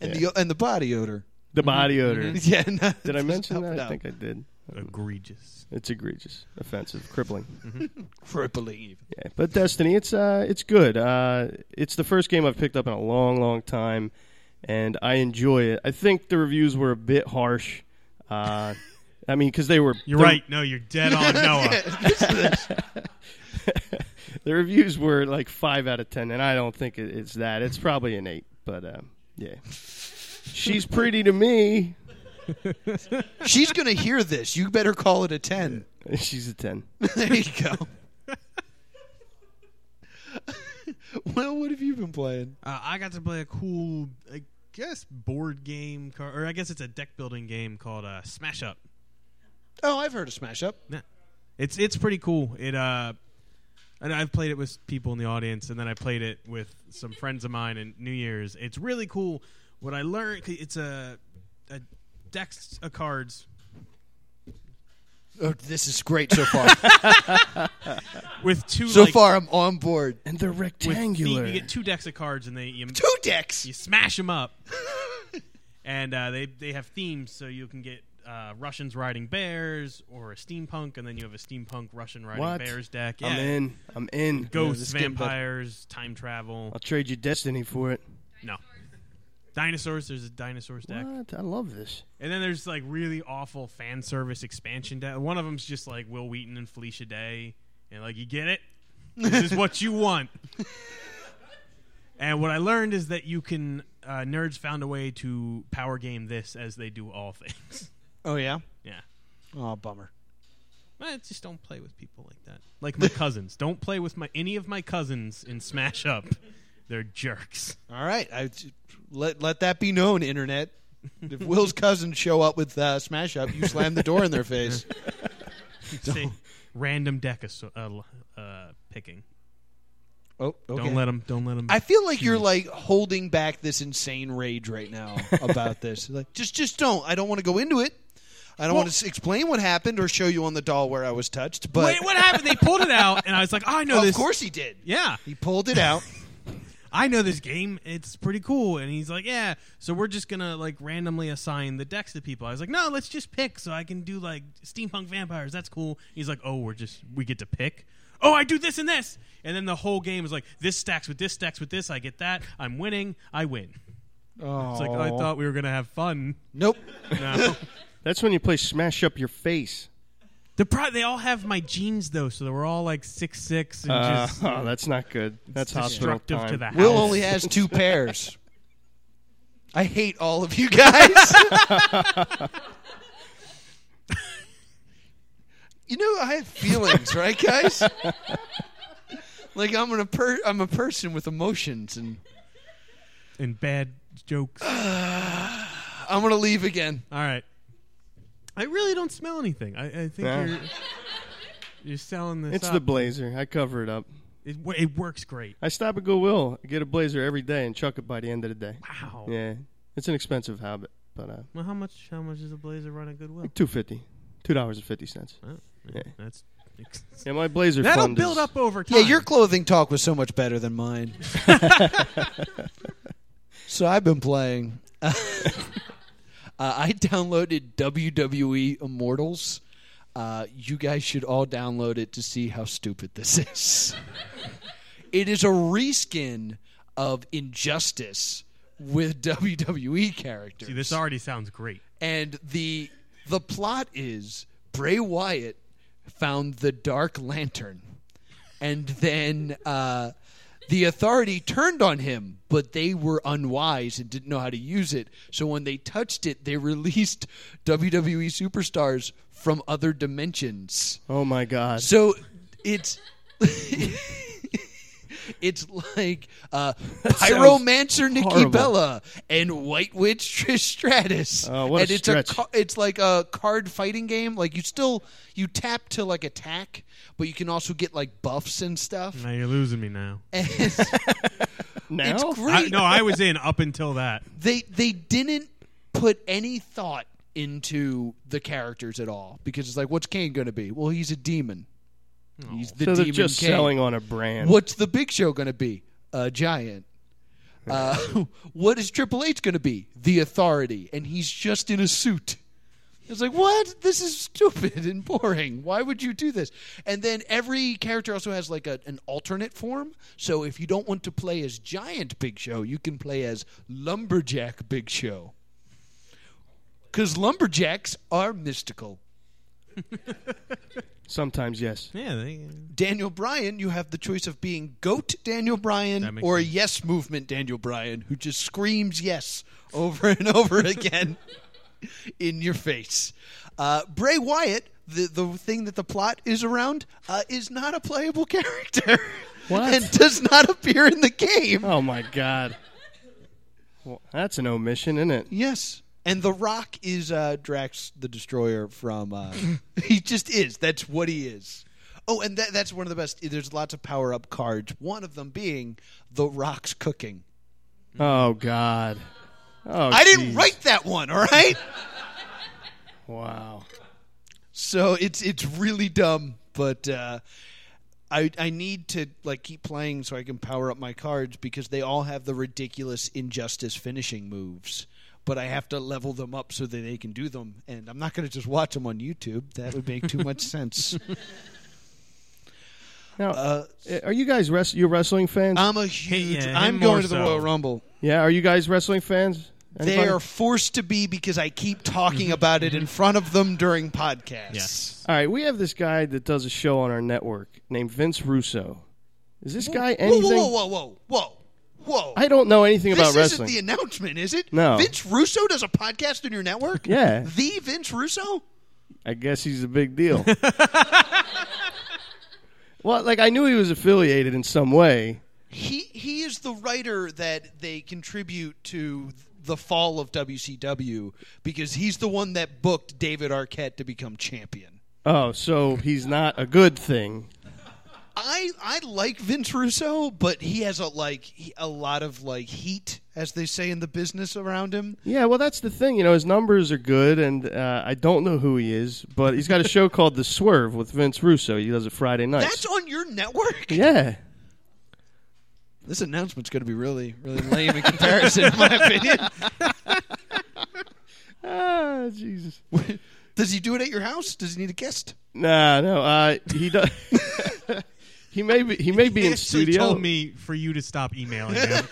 the and the body odor.
The body odor.
Yeah, no,
Did I mention that?
helped
I
out.
think I did.
Egregious.
It's egregious, offensive, crippling.
crippling.
Yeah, but Destiny, it's uh, it's good. Uh, it's the first game I've picked up in a long, long time, and I enjoy it. I think the reviews were a bit harsh. Uh, I mean, because they were
You're
the-
right. No, you're dead on, Noah.
The reviews were like five out of ten, and I don't think it, it's that. It's probably an eight, but um, yeah, she's pretty to me.
She's gonna hear this. You better call it a ten.
She's a ten.
There you go. well, what have you been playing?
Uh, I got to play a cool, I guess, board game, car- or I guess it's a deck building game called uh, Smash Up.
Oh, I've heard of Smash Up.
Yeah. It's it's pretty cool. It uh and I've played it with people in the audience and then I played it with some friends of mine in New Year's. It's really cool. What I learned it's a a deck of cards
Oh, this is great so far.
with two
so
like,
far, I'm on board.
And they're
with feet.
rectangular.
You get two decks of cards and they you,
Two decks.
you smash them up. and uh, they they have themes so you can get uh, Russians riding bears or a steampunk and then you have a steampunk Russian riding
What?
bears deck. Yeah.
I'm in. I'm in.
Ghosts,
game, bud.
vampires, time travel.
I'll trade you Destiny for it.
No. Dinosaurs. There's a dinosaurs deck.
What? I love this.
And then there's like really awful fan service expansion deck. One of them's just like Will Wheaton and Felicia Day, and like you get it. This is what you want. and what I learned is that you can uh, nerds found a way to power game this as they do all things.
Oh yeah.
yeah,
Oh bummer.
Eh, just don't play with people like that. Like my cousins, don't play with my any of my cousins in Smash Up. They're jerks.
All right. I let let that be known, internet. If Will's cousins show up with uh, smash up, you slam the door in their face.
Say, random deck ass- uh, uh, picking.
Oh, okay.
Don't let them. Don't let them.
I feel like you're like holding back this insane rage right now about this. Like, just, just don't. I don't want to go into it. I don't want to explain what happened or show you on the doll where I was touched. But
Wait, what happened? They pulled it out, and I was like, oh, I know
of
this.
course he did.
Yeah,
He pulled it out.
I know this game. It's pretty cool. And he's like, yeah. So we're just gonna like randomly assign the decks to people. I was like, no, let's just pick. So I can do like steampunk vampires. That's cool. He's like, oh, we're just we get to pick. Oh, I do this and this, and then the whole game is like this stacks with this stacks with this. I get that. I'm winning. I win.
Oh.
It's like I thought we were gonna have fun.
Nope.
No.
That's when you play Smash Up Your Face.
the pro- they all have my genes though, so they were all like six six and
Uh,
just
oh, that's not good. That's hospital
destructive
time.
to the house.
Will only has two pairs. I hate all of you guys. you know, I have feelings, right, guys? Like I'm an a per- I'm a person with emotions, and
and bad jokes.
I'm gonna leave again.
All right. I really don't smell anything. I, I think
Yeah.
you're you're selling this.
It's
up.
the blazer. I cover it up.
It, wo- it works great.
I stop at Goodwill, get a blazer every day, and chuck it by the end of the day.
Wow.
Yeah, it's an expensive habit, but uh,
Well, how much? How much is a blazer run at Goodwill?
two fifty, two dollars and fifty cents.
Oh,
Yeah.
That's
Yeah, my blazer.
that'll
fund
build
is,
up over
Yeah,
time.
your clothing talk was so much better than mine. so I've been playing. uh, I downloaded WWE Immortals. Uh, you guys should all download it to see how stupid this is. it is a reskin of Injustice with WWE characters.
See, this already sounds great.
And the the plot is Bray Wyatt found the Dark Lantern, and then uh, the Authority turned on him, but they were unwise and didn't know how to use it. So when they touched it, they released WWE superstars from other dimensions.
Oh my god!
So it's it's like uh, pyromancer Nikki
horrible.
Bella and White Witch Trish Stratus.
Oh, what a
and it's
stretch.
a ca- it's like a card fighting game. Like you still you tap to like attack, but you can also get like buffs and stuff.
Now you're losing me now.
And
now
it's great.
I, no, I was in up until that.
they they didn't put any thought into the characters at all because it's like what's Kane going to be? Well, he's a demon. He's the
so they're
demon
just
Kane.
selling on a brand.
What's the Big Show going to be? A giant. Uh, what is Triple H going to be? The Authority, and he's just in a suit. It's like what? This is stupid and boring. Why would you do this? And then every character also has like a, an alternate form. So if you don't want to play as Giant Big Show, you can play as Lumberjack Big Show. Because lumberjacks are mystical.
Sometimes yes.
Yeah, they,
Daniel Bryan, you have the choice of being goat Daniel Bryan
That makes
or
sense.
yes movement Daniel Bryan, who just screams yes over and over again in your face. Uh, Bray Wyatt, the the thing that the plot is around, uh, is not a playable character
What?
and does not appear in the game.
Oh my god. Well, that's an omission, isn't it?
Yes. And The Rock is uh, Drax the Destroyer from. Uh, he just is. That's what he is. Oh, and that, that's one of the best. There's lots of power up cards. One of them being The Rock's Cooking.
Oh god. Oh,
I didn't
geez.
write that one, all right?
Wow.
so it's it's really dumb, but uh, I I need to like keep playing so I can power up my cards because they all have the ridiculous injustice finishing moves. But I have to level them up so that they can do them, and I'm not going to just watch them on YouTube. That would make too much sense.
Now,
Uh,
eh, are you guys wrest- you wrestling fans?
I'm a huge.
yeah, him
I'm going
more
to the
so.
Royal Rumble.
Yeah, are you guys wrestling fans?
They
Anybody?
are forced to be because I keep talking about it in front of them during podcasts.
Yes.
All right, we have this guy that does a show on our network named Vince Russo. Is this guy
Whoa,
anything?
whoa, whoa, whoa, whoa, whoa.
I don't know anything
this
about
isn't
wrestling.
the announcement, is it?
No.
Vince Russo does a podcast on your network?
Yeah.
The Vince Russo?
I guess he's a big deal. well, like I knew he was affiliated in some way.
He he is the writer that they contribute to the fall of WCW because he's the one that booked David Arquette to become champion.
Oh, so he's not a good thing.
I I like Vince Russo, but he has a like he- a lot of like heat, as they say in the business around him.
Yeah, well, that's the thing. You know, his numbers are good, and uh, I don't know who he is, but he's got a show called The Swerve with Vince Russo. He does it Friday nights.
That's on your network.
yeah.
This announcement's going to be really really lame in comparison, in my opinion.
Ah, Jesus.
Does he do it at your house? Does he need a guest?
Nah, no. Uh, he does. he may be. He may be in
actually
studio.
told me for you to stop emailing him.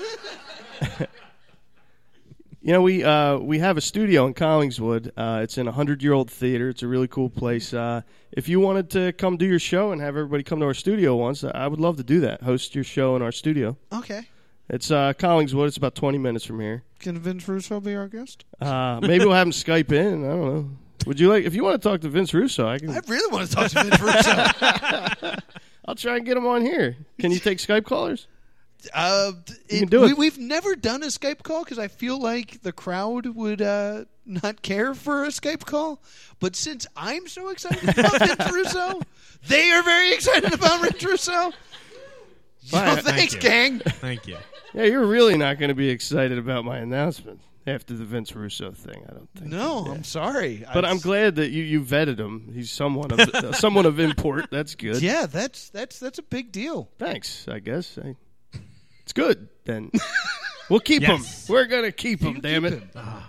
You know, we uh, we have a studio in Collingswood. Uh, it's in a hundred year old theater. It's a really cool place. Uh, if you wanted to come do your show and have everybody come to our studio once, uh, I would love to do that. Host your show in our studio.
Okay.
It's uh, Collingswood. It's about twenty minutes from here.
Can Vince Russo be our guest?
Uh, maybe we'll have him Skype in. I don't know. Would you like? If you want to talk to Vince Russo, I can.
I really want to talk to Vince Russo.
I'll try and get him on here. Can you take Skype callers?
Uh,
You can do
we,
it.
We've never done a Skype call because I feel like the crowd would uh, not care for a Skype call. But since I'm so excited about Vince Russo, they are very excited about Vince Russo.
Fine.
So thanks,
you.
gang.
Thank you.
Yeah, you're really not going to be excited about my announcement after the Vince Russo thing. I don't think.
No, I'm sorry.
But
I-
I'm glad that you, you vetted him. He's someone of uh, someone of import. That's good.
Yeah, that's that's that's a big deal.
Thanks. I guess I, it's good. Then we'll keep
Yes.
him. We're gonna keep him. damn it. Oh,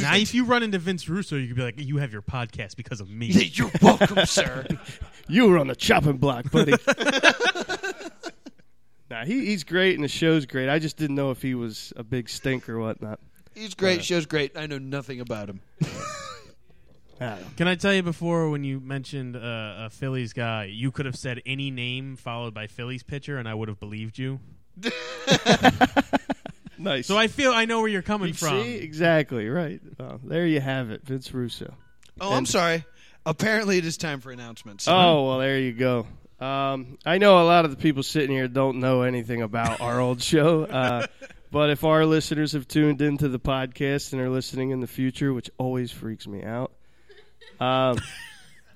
Now, if you run into Vince Russo, you could be like, "You have your podcast because of me."
You're welcome, sir.
You were on the chopping block, buddy. nah, he, he's great and the show's great. I just didn't know if he was a big stink or whatnot.
He's great. Show's great. I know nothing about him.
I don't know.
Can I tell you before when you mentioned uh, a Phillies guy, you could have said any name followed by Phillies pitcher, and I would have believed you.
Nice.
So I feel I know where you're coming from.
see exactly right. Oh, there you have it, Vince Russo.
Oh, I'm sorry. Apparently, it is time for announcements.
Oh well, there you go. Um, I know a lot of the people sitting here don't know anything about our old show, uh, but if our listeners have tuned into the podcast and are listening in the future, which always freaks me out, um,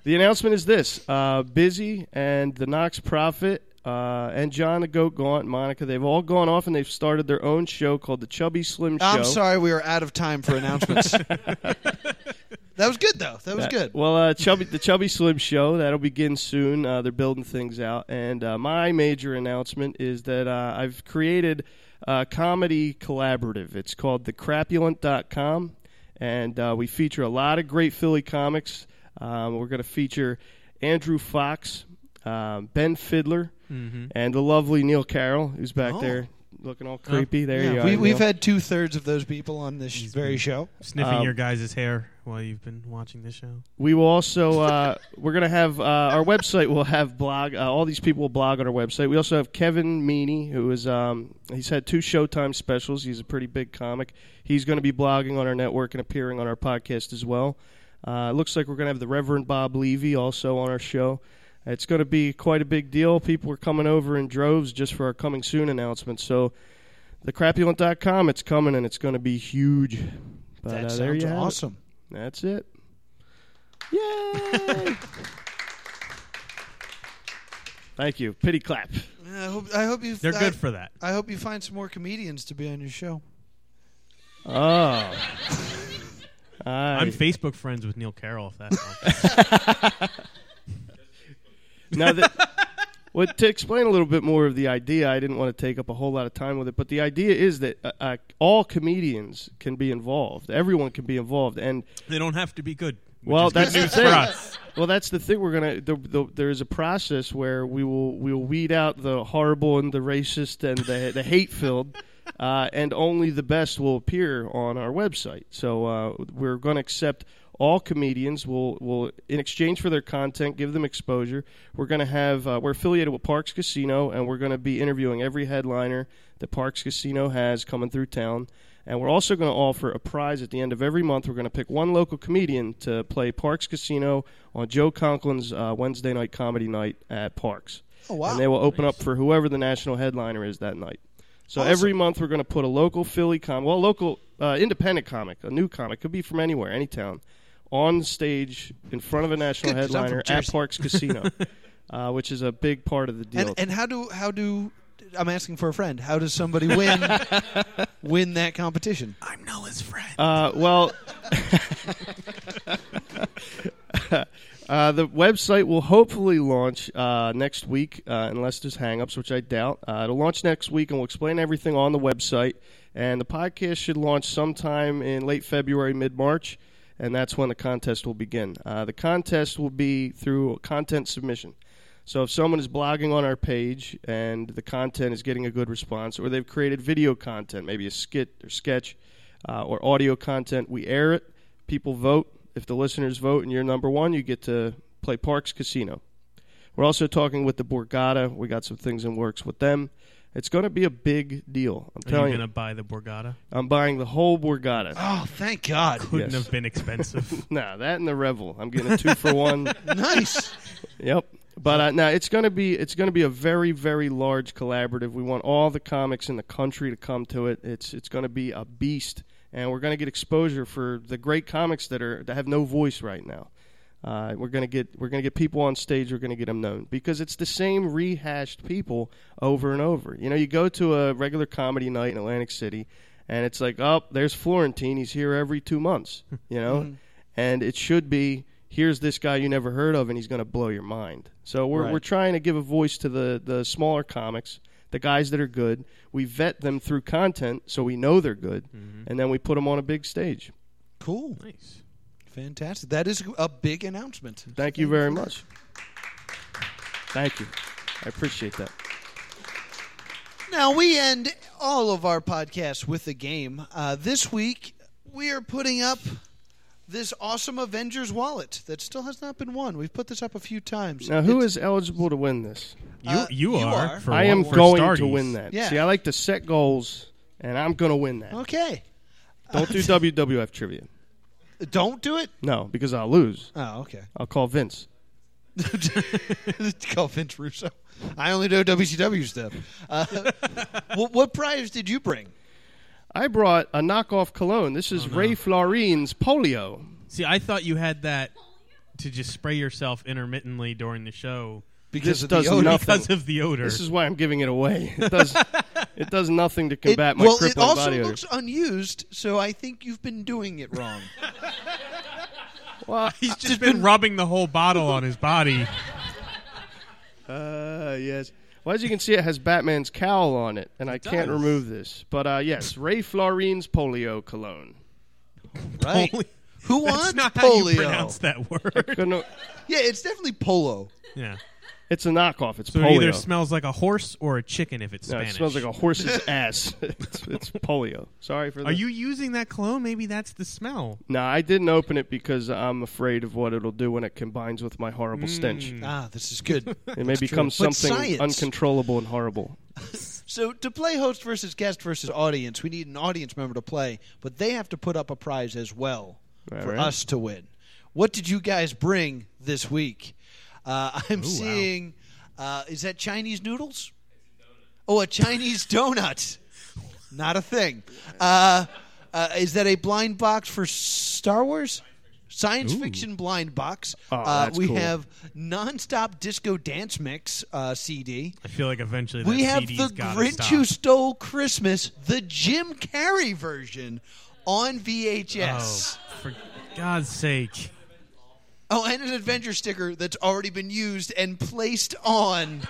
the announcement is this: uh, Busy and the Knox Prophet uh, and John the Goat Gaunt, Monica, they've all gone off and they've started their own show called the Chubby Slim Show.
I'm sorry we are out of time for announcements. that was good though. That was good.
Well, uh, Chubby, the Chubby Slim Show that'll begin soon. Uh, they're building things out, and uh, my major announcement is that uh, I've created a comedy collaborative. It's called thecrapulent.com, and uh, we feature a lot of great Philly comics. Um, we're going to feature Andrew Fox, um, Ben Fiddler, and the lovely Neil Carroll, who's back there looking all creepy. there you are.
Oh. we, we've
Neil.
had two thirds of those people on this sh- very show.
Sniffing
um,
your guys' hair while you've been watching this show.
We will also uh, we're gonna have uh, our website will have blog. Uh, all these people will blog on our website. We also have Kevin Meaney, who is um, he's had two Showtime specials. He's a pretty big comic. He's going to be blogging on our network and appearing on our podcast as well. Uh, it looks like we're going to have the Reverend Bob Levy also on our show. It's going to be quite a big deal. People are coming over in droves just for our coming soon announcement. So, thecrapulent.com, it's coming and it's going to be huge. But,
That
uh,
sounds
there you have it.
awesome.
That's it. Yay! Thank you. Pity clap.
I hope, I hope you.
They're
I,
good for that.
I hope you find some more comedians to be on your show.
Oh.
I'm
I,
Facebook friends with Neil Carroll. If that helps.
now that, what to explain a little bit more of the idea, I didn't want to take up a whole lot of time with it, but the idea is that uh, uh, all comedians can be involved. Everyone can be involved, and
they don't have to be good. which
Well,
is good
that's the
news
thing.
for us.
Well, that's the thing. We're gonna. The, the, there is a process where we will we will weed out the horrible and the racist and the the hate filled, uh, and only the best will appear on our website. So uh, we're going to accept all comedians. Will will in exchange for their content, give them exposure. We're going to have uh, we're affiliated with Parks Casino, and we're going to be interviewing every headliner that Parks Casino has coming through town. And we're also going to offer a prize at the end of every month. We're going to pick one local comedian to play Parks Casino on Joe Conklin's uh, Wednesday night comedy night at Parks.
Oh, wow.
And they will open up for whoever the national headliner is that night. So every month we're going to put a local Philly comic, well, local uh, independent comic, a new comic, could be from anywhere, any town, on stage in front of a national
Good, 'cause I'm from
headliner at
Jersey.
Parks Casino, uh, which is a big part of the deal.
And, and how do how do I'm asking for a friend. How does somebody win win that competition?
I'm Noah's friend.
Uh, well, uh, the website will hopefully launch uh, next week, uh, unless there's hangups, which I doubt. Uh, it'll launch next week, and we'll explain everything on the website. And the podcast should launch sometime in late February, mid March, and that's when the contest will begin. Uh, the contest will be through content submission. So if someone is blogging on our page and the content is getting a good response, or they've created video content, maybe a skit or sketch, uh, or audio content, we air it. People vote. If the listeners vote and you're number one, you get to play Parks Casino. We're also talking with the Borgata. We got some things in works with them. It's going to be a big deal. I'm
Are you
telling you,
gonna Ah. buy the Borgata?
I'm buying the whole Borgata.
Oh, thank God!
Couldn't
Yes.
have been expensive.
Nah, that and the Revel. I'm getting a two for one.
Nice.
Yep. But uh, now it's going to be it's going to be a very very large collaborative. We want all the comics in the country to come to it. It's it's going to be a beast, and we're going to get exposure for the great comics that are that have no voice right now. Uh, we're going to get we're going to get people on stage. We're going to get them known because it's the same rehashed people over and over. You know, you go to a regular comedy night in Atlantic City, and it's like, oh, there's Florentine. He's here every two months. You know, and it should be here's this guy you never heard of, and he's going to blow your mind. So we're
Right.
we're trying to give a voice to the the smaller comics, the guys that are good. We vet them through content, so we know they're good, and then we put them on a big stage.
Cool.
nice.
Fantastic. That is a big announcement.
Thank you very much. Thank you. I appreciate that.
Now we end all of our podcasts with a game. Uh, this week we are putting up this awesome Avengers wallet that still has not been won. We've put this up a few times.
Now, who
It's-
is eligible to win this?
You
Uh,
you,
you
are.
are.
For
I am
one- for
going to
starties.
win that.
Yeah.
See, I like to set goals, and I'm going to win that.
Okay.
Don't do WWF trivia.
Don't do it.
No, because I'll lose.
Oh, okay.
I'll call Vince.
Call Vince Russo. I only know WCW stuff. Uh, what, what prize did you bring?
I brought a knockoff cologne. This
Oh,
is Ray Florine's Polio.
See, I thought you had that to just spray yourself intermittently during the show
Because
This
of
does
the odor.
nothing.
because of the odor.
This is why I'm giving it away. It does, it does nothing to
It-
combat my
well, it
crippling
also
body odor.
looks unused, so I think you've been doing it wrong.
Well,
He's just been rubbing the whole bottle on his body.
uh, yes. Well, as you can see, it has Batman's cowl on it, and I can't
does.
remove this. But uh, yes, Ray Florine's Polio cologne.
right?
Holy-
Who wants
That's not how you
polio?
pronounce that word.
Gonna-
yeah, it's definitely polo.
yeah.
It's a knockoff. It's
So it
polio.
either smells like a horse or a chicken if it's
no, it
Spanish.
smells like a horse's ass. it's, it's polio. Sorry for that.
Are you using that cologne? Maybe that's the smell.
No, I didn't open it because I'm afraid of what it'll do when it combines with my horrible stench.
Ah, this is good.
It may become
But
something
science.
uncontrollable and horrible.
so to play host versus guest versus audience, we need an audience member to play, but they have to put up a prize as well
Right,
for
right.
us to win. What did you guys bring this week? Uh, I'm seeing. Uh, is that Chinese noodles? Oh, a Chinese donut. Not a thing. Uh, uh, is that a blind box for Star Wars? Science fiction blind box. uh,
Oh, that's
we
cool.
have nonstop disco dance mix uh, CD.
I feel like eventually
We
that
have
CD's
the
gotta
Grinch
stop.
Who Stole Christmas, the Jim Carrey version on VHS.
Oh, for God's sake.
Oh, and an adventure sticker that's already been used and placed on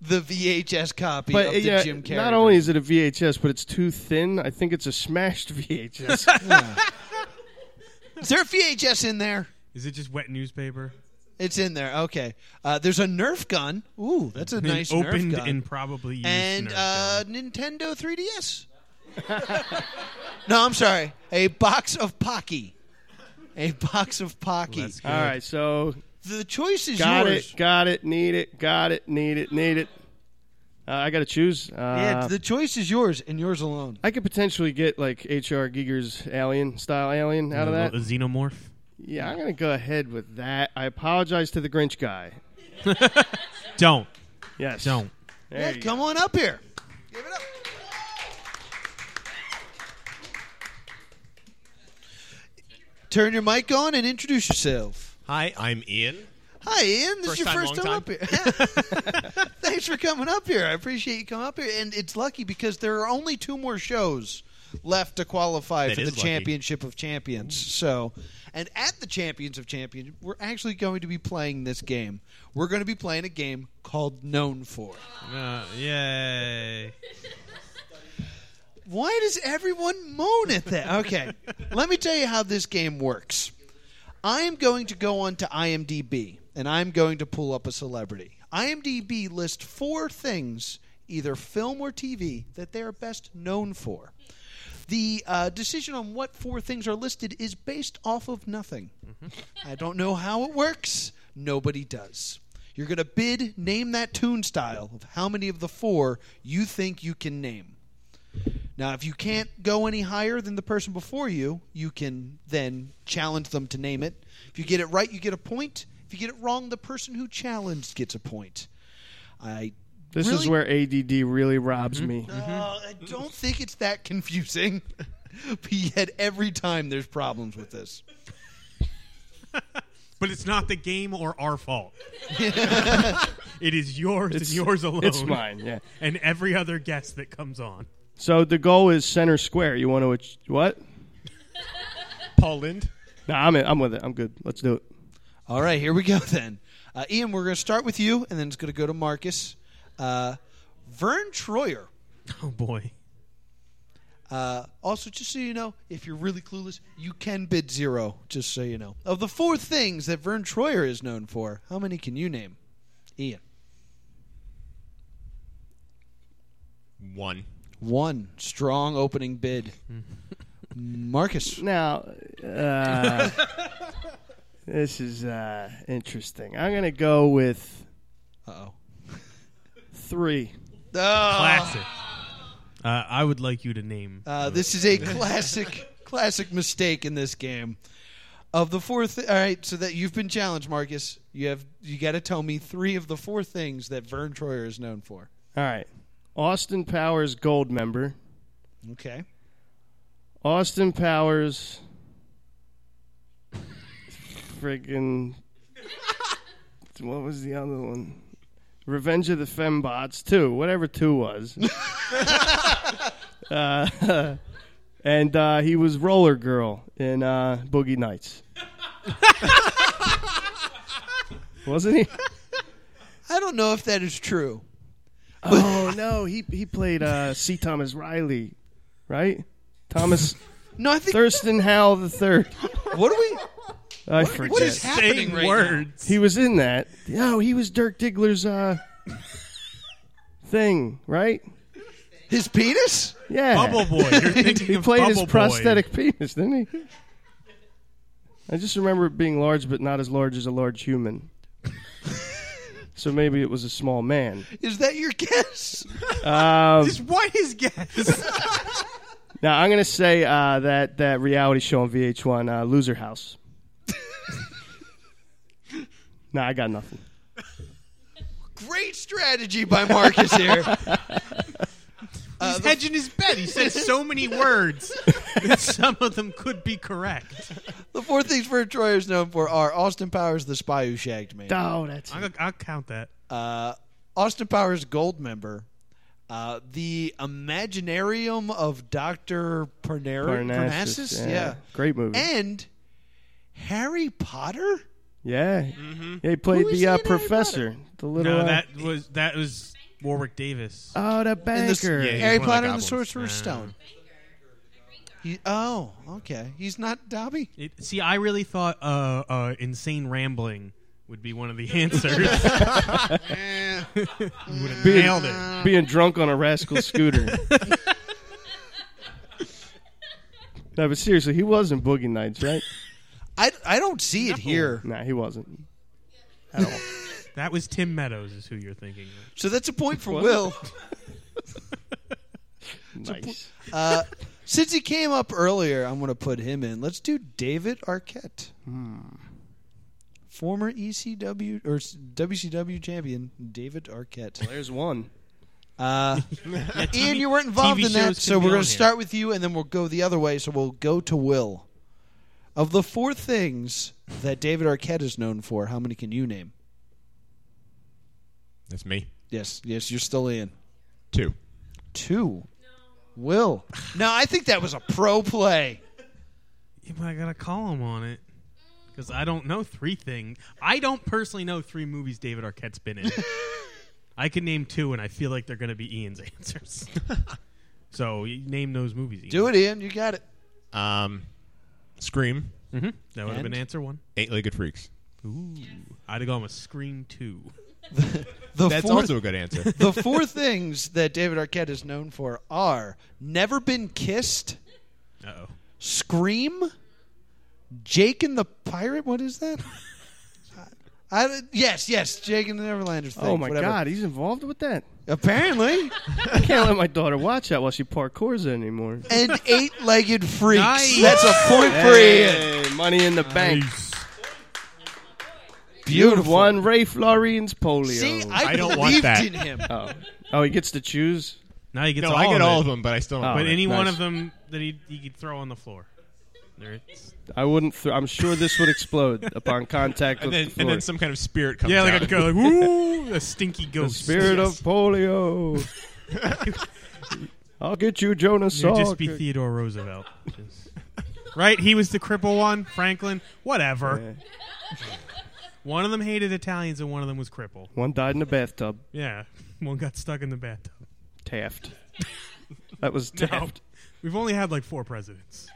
the VHS copy
But
of
uh,
the
yeah,
Jim Carrey.
not only is it a VHS, but it's too thin. I think it's a smashed VHS.
version. is there a VHS in there?
Is it just wet newspaper?
It's in there. Okay. Uh, there's a Nerf gun. Ooh, that's a
Been
nice
opened
Nerf gun.
and probably used.
and
Nerf
uh,
gun.
Nintendo 3DS. no, I'm sorry. A box of Pocky. A box of Pocky.
Let's go.
All right, so
the choice is
got
yours.
it, got it, need it, got it, need it, need it. Uh, I got to choose. Uh,
yeah, the choice is yours and yours alone.
I could potentially get like H.R. Giger's alien style alien out of
A
that.
little xenomorph.
Yeah, I'm gonna go ahead with that. I apologize to the Grinch guy.
Don't
Yes,
don't.
There
Yeah,
you
come on up here. Give it up. Turn your mic on and introduce yourself.
Hi, I'm Ian.
Hi, Ian. This is your
First time,
first time,
long time.
up here. Yeah. Thanks for coming up here. I appreciate you coming up here. And it's lucky because there are only two more shows left to qualify
That
for the
is lucky.
championship of champions. So, and at the champions of champions, we're actually going to be playing this game. We're going to be playing a game called Known For.
Uh, yay!
Why does everyone moan at that? Okay, let me tell you how this game works. I am going to go on to IMDb and I'm going to pull up a celebrity. IMDb lists four things, either film or TV, that they are best known for. The uh, decision on what four things are listed is based off of nothing. I don't know how it works. Nobody does. You're going to bid, name that tune style of how many of the four you think you can name. Now, if you can't go any higher than the person before you, you can then challenge them to name it. If you get it right, you get a point. If you get it wrong, the person who challenged gets a point. I
This
really
is where ADD really robs me.
uh, I don't think it's that confusing. but yet, every time there's problems with this.
But it's not the game or our fault. it is yours
It's-
and yours alone.
It's mine. Yeah.
And every other guest that comes on.
So the goal is center square. You want to ach- what?
Paul Lind.
Nah, I'm in, I'm with it. I'm good. Let's do it.
All right, here we go then. Uh, Ian, we're going to start with you, and then it's going to go to Marcus. Uh, Vern Troyer.
Oh boy.
Uh, also, just so you know, if you're really clueless, you can bid zero, just so you know. Of the four things that Vern Troyer is known for, how many can you name? Ian.
One.
One. Strong opening bid. Marcus.
Now, uh, this is uh, interesting. I'm gonna go with
Uh oh.
three.
Classic. Uh, I would like you to name.
Uh, this is a classic, classic mistake in this game. Of the four, th- all right, so that you've been challenged, Marcus. You have you got to tell me three of the four things that Vern Troyer is known for.
All right. Austin Powers gold member.
Okay.
Austin Powers. Friggin. What was the other one? Revenge of the Fembots 2, whatever 2 was. Uh, and uh, he was Roller Girl in uh, Boogie Nights. Wasn't he?
I don't know if that is true.
Oh, no. He, he played uh, C. Thomas Riley, right? Thomas
No, I think.
Thurston Howell the Third.
what do we?
I
What
forget.
is happening
Saying
right now?
words.
He was in that. Oh, he was Dirk Diggler's uh, thing, right?
His penis?
Yeah.
Bubble boy. You're thinking
he
of
played his
Bubble Boy.
prosthetic penis, didn't he? I just remember it being large, but not as large as a large human. so maybe it was a small man.
Is that your guess?
Um,
Just what his guess?
now I'm gonna say uh, that that reality show on VH1, uh, Loser House. nah, I got nothing.
Great strategy by Marcus here. Uh,
He's hedging his bet. He said so many words that some of them could be correct.
the four things Vern Troyer is known for are Austin Powers, the spy who shagged me,
Oh, that's
I'll, I'll count that.
uh, Austin Powers Gold member, uh, the Imaginarium of Doctor Parnar- Parnassus, yeah.
Great movie.
and Harry Potter.
yeah. Yeah, he played
Who is
the uh,
he in Harry
professor. The little.
No,
uh,
that was that was Warwick Davis.
oh,
And
the
the-
banker.
Yeah.
Harry
he's one of the
Potter and the
goblins.
Sorcerer's
Uh.
Stone. He, oh, okay. He's not Dobby.
It, see, I really thought uh, uh, insane rambling would be one of the answers.
Eh.
Nailed it.
Being drunk on a rascal scooter. no, but seriously, he was in Boogie Nights, right?
I, I don't see it here.
Nah, he wasn't.
that was Tim Meadows, is who you're thinking. of.
So that's a point for
What?
Will.
Nice.
Uh, since he came up earlier, I'm going to put him in. Let's do David Arquette. Former ECW or WCW champion David Arquette.
There's one.
Uh,
Yeah, TV
Ian, you weren't involved
TV
in that,
shows
so
could be
we're
on
going to
here.
start with you, and then we'll go the other way. So we'll go to Will. Of the four things that David Arquette is known for, how many can you name?
That's me.
Yes, yes, you're still in.
Two.
Two. Will. No, I think that was a pro play.
Yeah, but I gotta call him on it because I don't know three things. I don't personally know three movies David Arquette's been in. I could name two, and I feel like they're gonna be Ian's answers. so you name those movies. Ian.
Do it, Ian. You got it.
Um, Scream.
hmm That would have been
And?
answer one.
Eight-legged freaks.
Ooh, I'd have gone with Scream two.
The
That's
fourth-
also a good answer.
the four things that David Arquette is known for are Never Been Kissed,
Uh oh.
Scream, Jake and the Pirate. What is that? I, I- yes, yes, Jake and the Neverlanders. Thing,
oh my
whatever.
God, he's involved with that.
Apparently,
I can't let my daughter watch that while she parkours it anymore.
and eight-legged freaks.
Nice.
That's a point for Ian.
Hey, money in the bank.
Beautiful.
One Ray Florine's polio.
See, I,
I don't
believed
want that.
in him.
oh. oh, he gets to choose.
Now he gets
no,
all.
I get
of
all
it.
of them, but I still don't.
Oh,
want
But
it.
any one
Nice.
of them that he he could throw on the floor. There it's-
I wouldn't. Th- I'm sure this would explode upon contact
And
with
then,
the floor.
and then some kind of spirit comes
Yeah,
out.
like a go, like, ooh, a stinky
The
ghost.
spirit
Yes.
of polio. I'll get you, Jonas
It would
Salk.
just be Theodore Roosevelt. Just- right? He was the cripple one, Franklin, whatever. One of them hated Italians and one of them was cripple.
One died in a bathtub.
Yeah. One got stuck in the bathtub.
Taft. That was Taft.
We've only had like four presidents.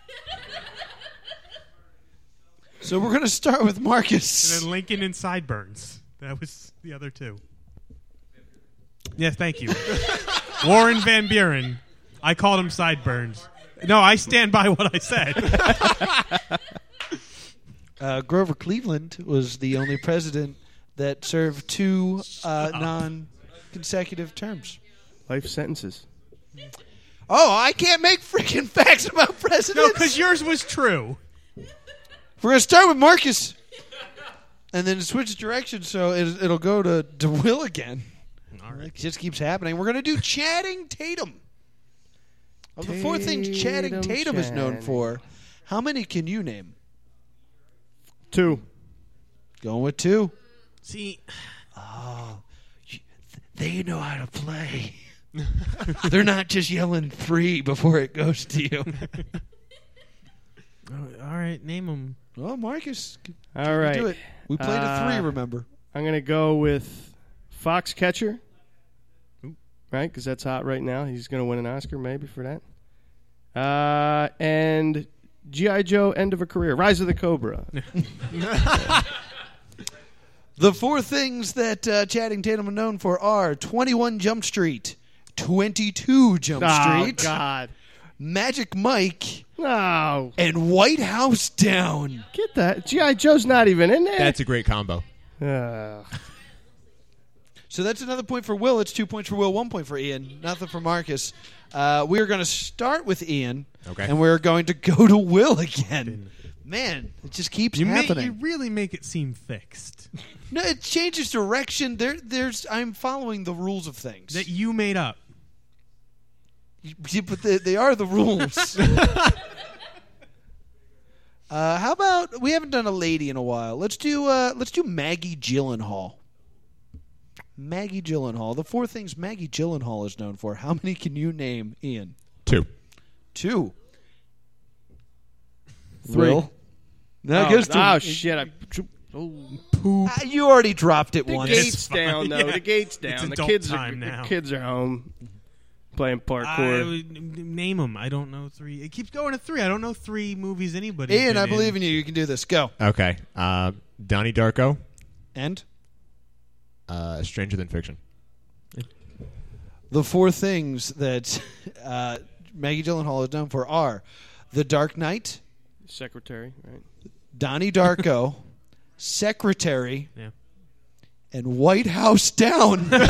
So we're gonna start with
And
Marcus.
then Lincoln and Sideburns. That was the other two. Yes, thank you. Warren Van Buren. I called him Sideburns. No, I stand by what I said.
Uh, Grover Cleveland was the only president that served two uh, non-consecutive terms.
Life sentences.
Oh, I can't make freaking facts about
No,
presidents.
because yours was true.
We're gonna start with Marcus, and then switch direction, so it, it'll go to, to Will again.
All
It
right.
just keeps happening. We're gonna do Channing Tatum. Of the four things Channing
Tatum,
Tatum is known
Channing.
for, how many can you name?
Two.
Going with two.
See,
They know how to play. They're not just yelling three before it goes to you.
all right, name them.
well, Marcus, c-
All right.
do it. We played a
Uh,
three. Remember?
I'm gonna go with Foxcatcher.
Ooh.
Right, because that's hot right now. He's gonna win an Oscar maybe for that. Uh, and GI Joe, end of a career, Rise of the Cobra.
The four things that uh, Channing Tatum are known for are 21 Jump Street, 22 Jump
oh
Street,
God,
Magic Mike,
no!
and White House Down.
Get that GI Joe's not even in there.
That's a great combo.
Ugh.
So that's another point for Will. It's two points for Will, one point for Ian, nothing for Marcus. Uh, we are going to start with Ian,
Okay.
and we're going to go to Will again. Man, it just keeps
You, ma-
happening.
you really make it seem fixed
No, it changes direction. There, there's. I'm following the rules of things.
that you made up.
Yeah, but they, they are the rules. uh, how about we haven't done a lady in a while? Let's do uh, let's do Maggie Gyllenhaal. Maggie Gyllenhaal. The four things Maggie Gyllenhaal is known for. How many can you name, Ian?
Two.
Two.
Three.
Will? No, it
oh,
goes to-
oh, shit! I, oh,
Uh, you already dropped it
the
once.
gates
fine.
down though.
Yeah.
The
It's
gates down. The
adult
kids are
time now.
the kids are home playing
I
parkour.
would n- name them. I don't know three. It keeps going to three. I don't know three movies anybody.
Uh, Ian, I believe in you. You can do this. Go.
Okay. Uh, Donnie Darko,
And
Uh, Stranger Than Fiction.
the four things that uh, Maggie Gyllenhaal has done for are The Dark Knight,
Secretary, right?
Donnie Darko, Secretary,
Yeah.
and White House Down.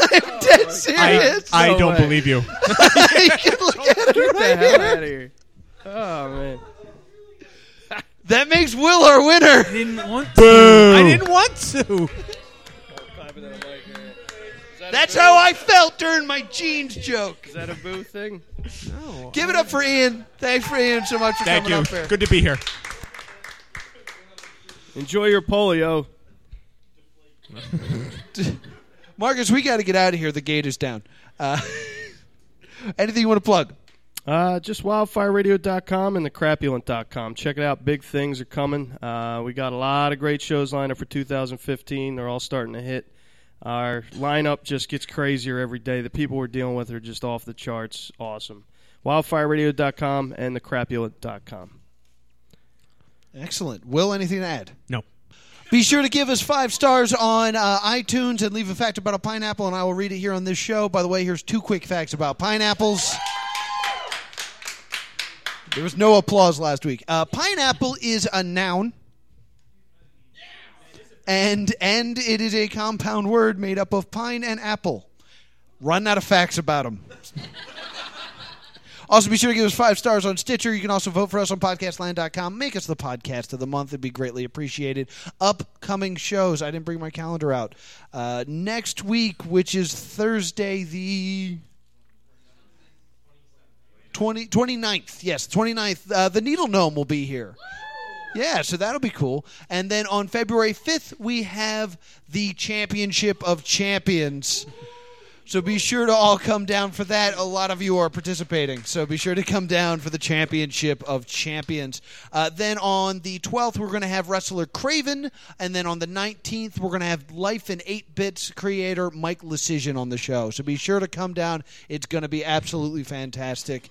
I'm
Oh
dead serious.
I
No
don't
way.
believe you.
Look at her
Get the
right
hell
here.
out of here. Oh man.
That makes Will our winner.
Didn't want to.
Boo.
I didn't want to.
That's how I felt during my jeans joke.
Is that a boo thing?
Give it up for Ian. Thanks for Ian so much for
Thank
coming
you.
up here.
Good to be here.
Enjoy your polio.
Marcus, we got to get out of here. The gate is down. Uh, anything you want to plug?
Uh, just wildfireradio.com and thecrapulent.com. Check it out. Big things are coming. Uh, we got a lot of great shows lined up for 2015. They're all starting to hit. Our lineup just gets crazier every day. The people we're dealing with are just off the charts. Awesome. Wildfireradio.com and thecrapulent.com.
Excellent. Will, anything to add?
No.
Be sure to give us five stars on uh, iTunes and leave a fact about a pineapple, and I will read it here on this show. By the way, here's two quick facts about pineapples. There was no applause last week. Uh, pineapple is a noun, and and it is a compound word made up of pine and apple. Run out of facts about them. Also, be sure to give us five stars on Stitcher. You can also vote for us on podcastland.com. Make us the podcast of the month. It'd be greatly appreciated. Upcoming shows. I didn't bring my calendar out. Uh, next week, which is Thursday, the. 20, 29th. Yes, 29th. Uh, the Needle Gnome will be here. Yeah, so that'll be cool. And then on February 5th, we have the Championship of Champions. So be sure to all come down for that. A lot of you are participating. So be sure to come down for the Championship of Champions. Uh, then on the 12th, we're going to have wrestler Craven. And then on the 19th, we're going to have Life in 8 Bits creator Mike Lecision on the show. So be sure to come down. It's going to be absolutely fantastic.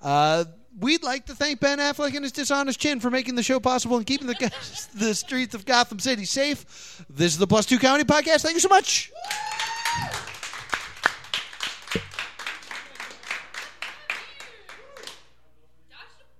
Uh, We'd like to thank Ben Affleck and his dishonest chin for making the show possible and keeping the, the streets of Gotham City safe. This is the Plus Two Comedy Podcast. Thank you so much.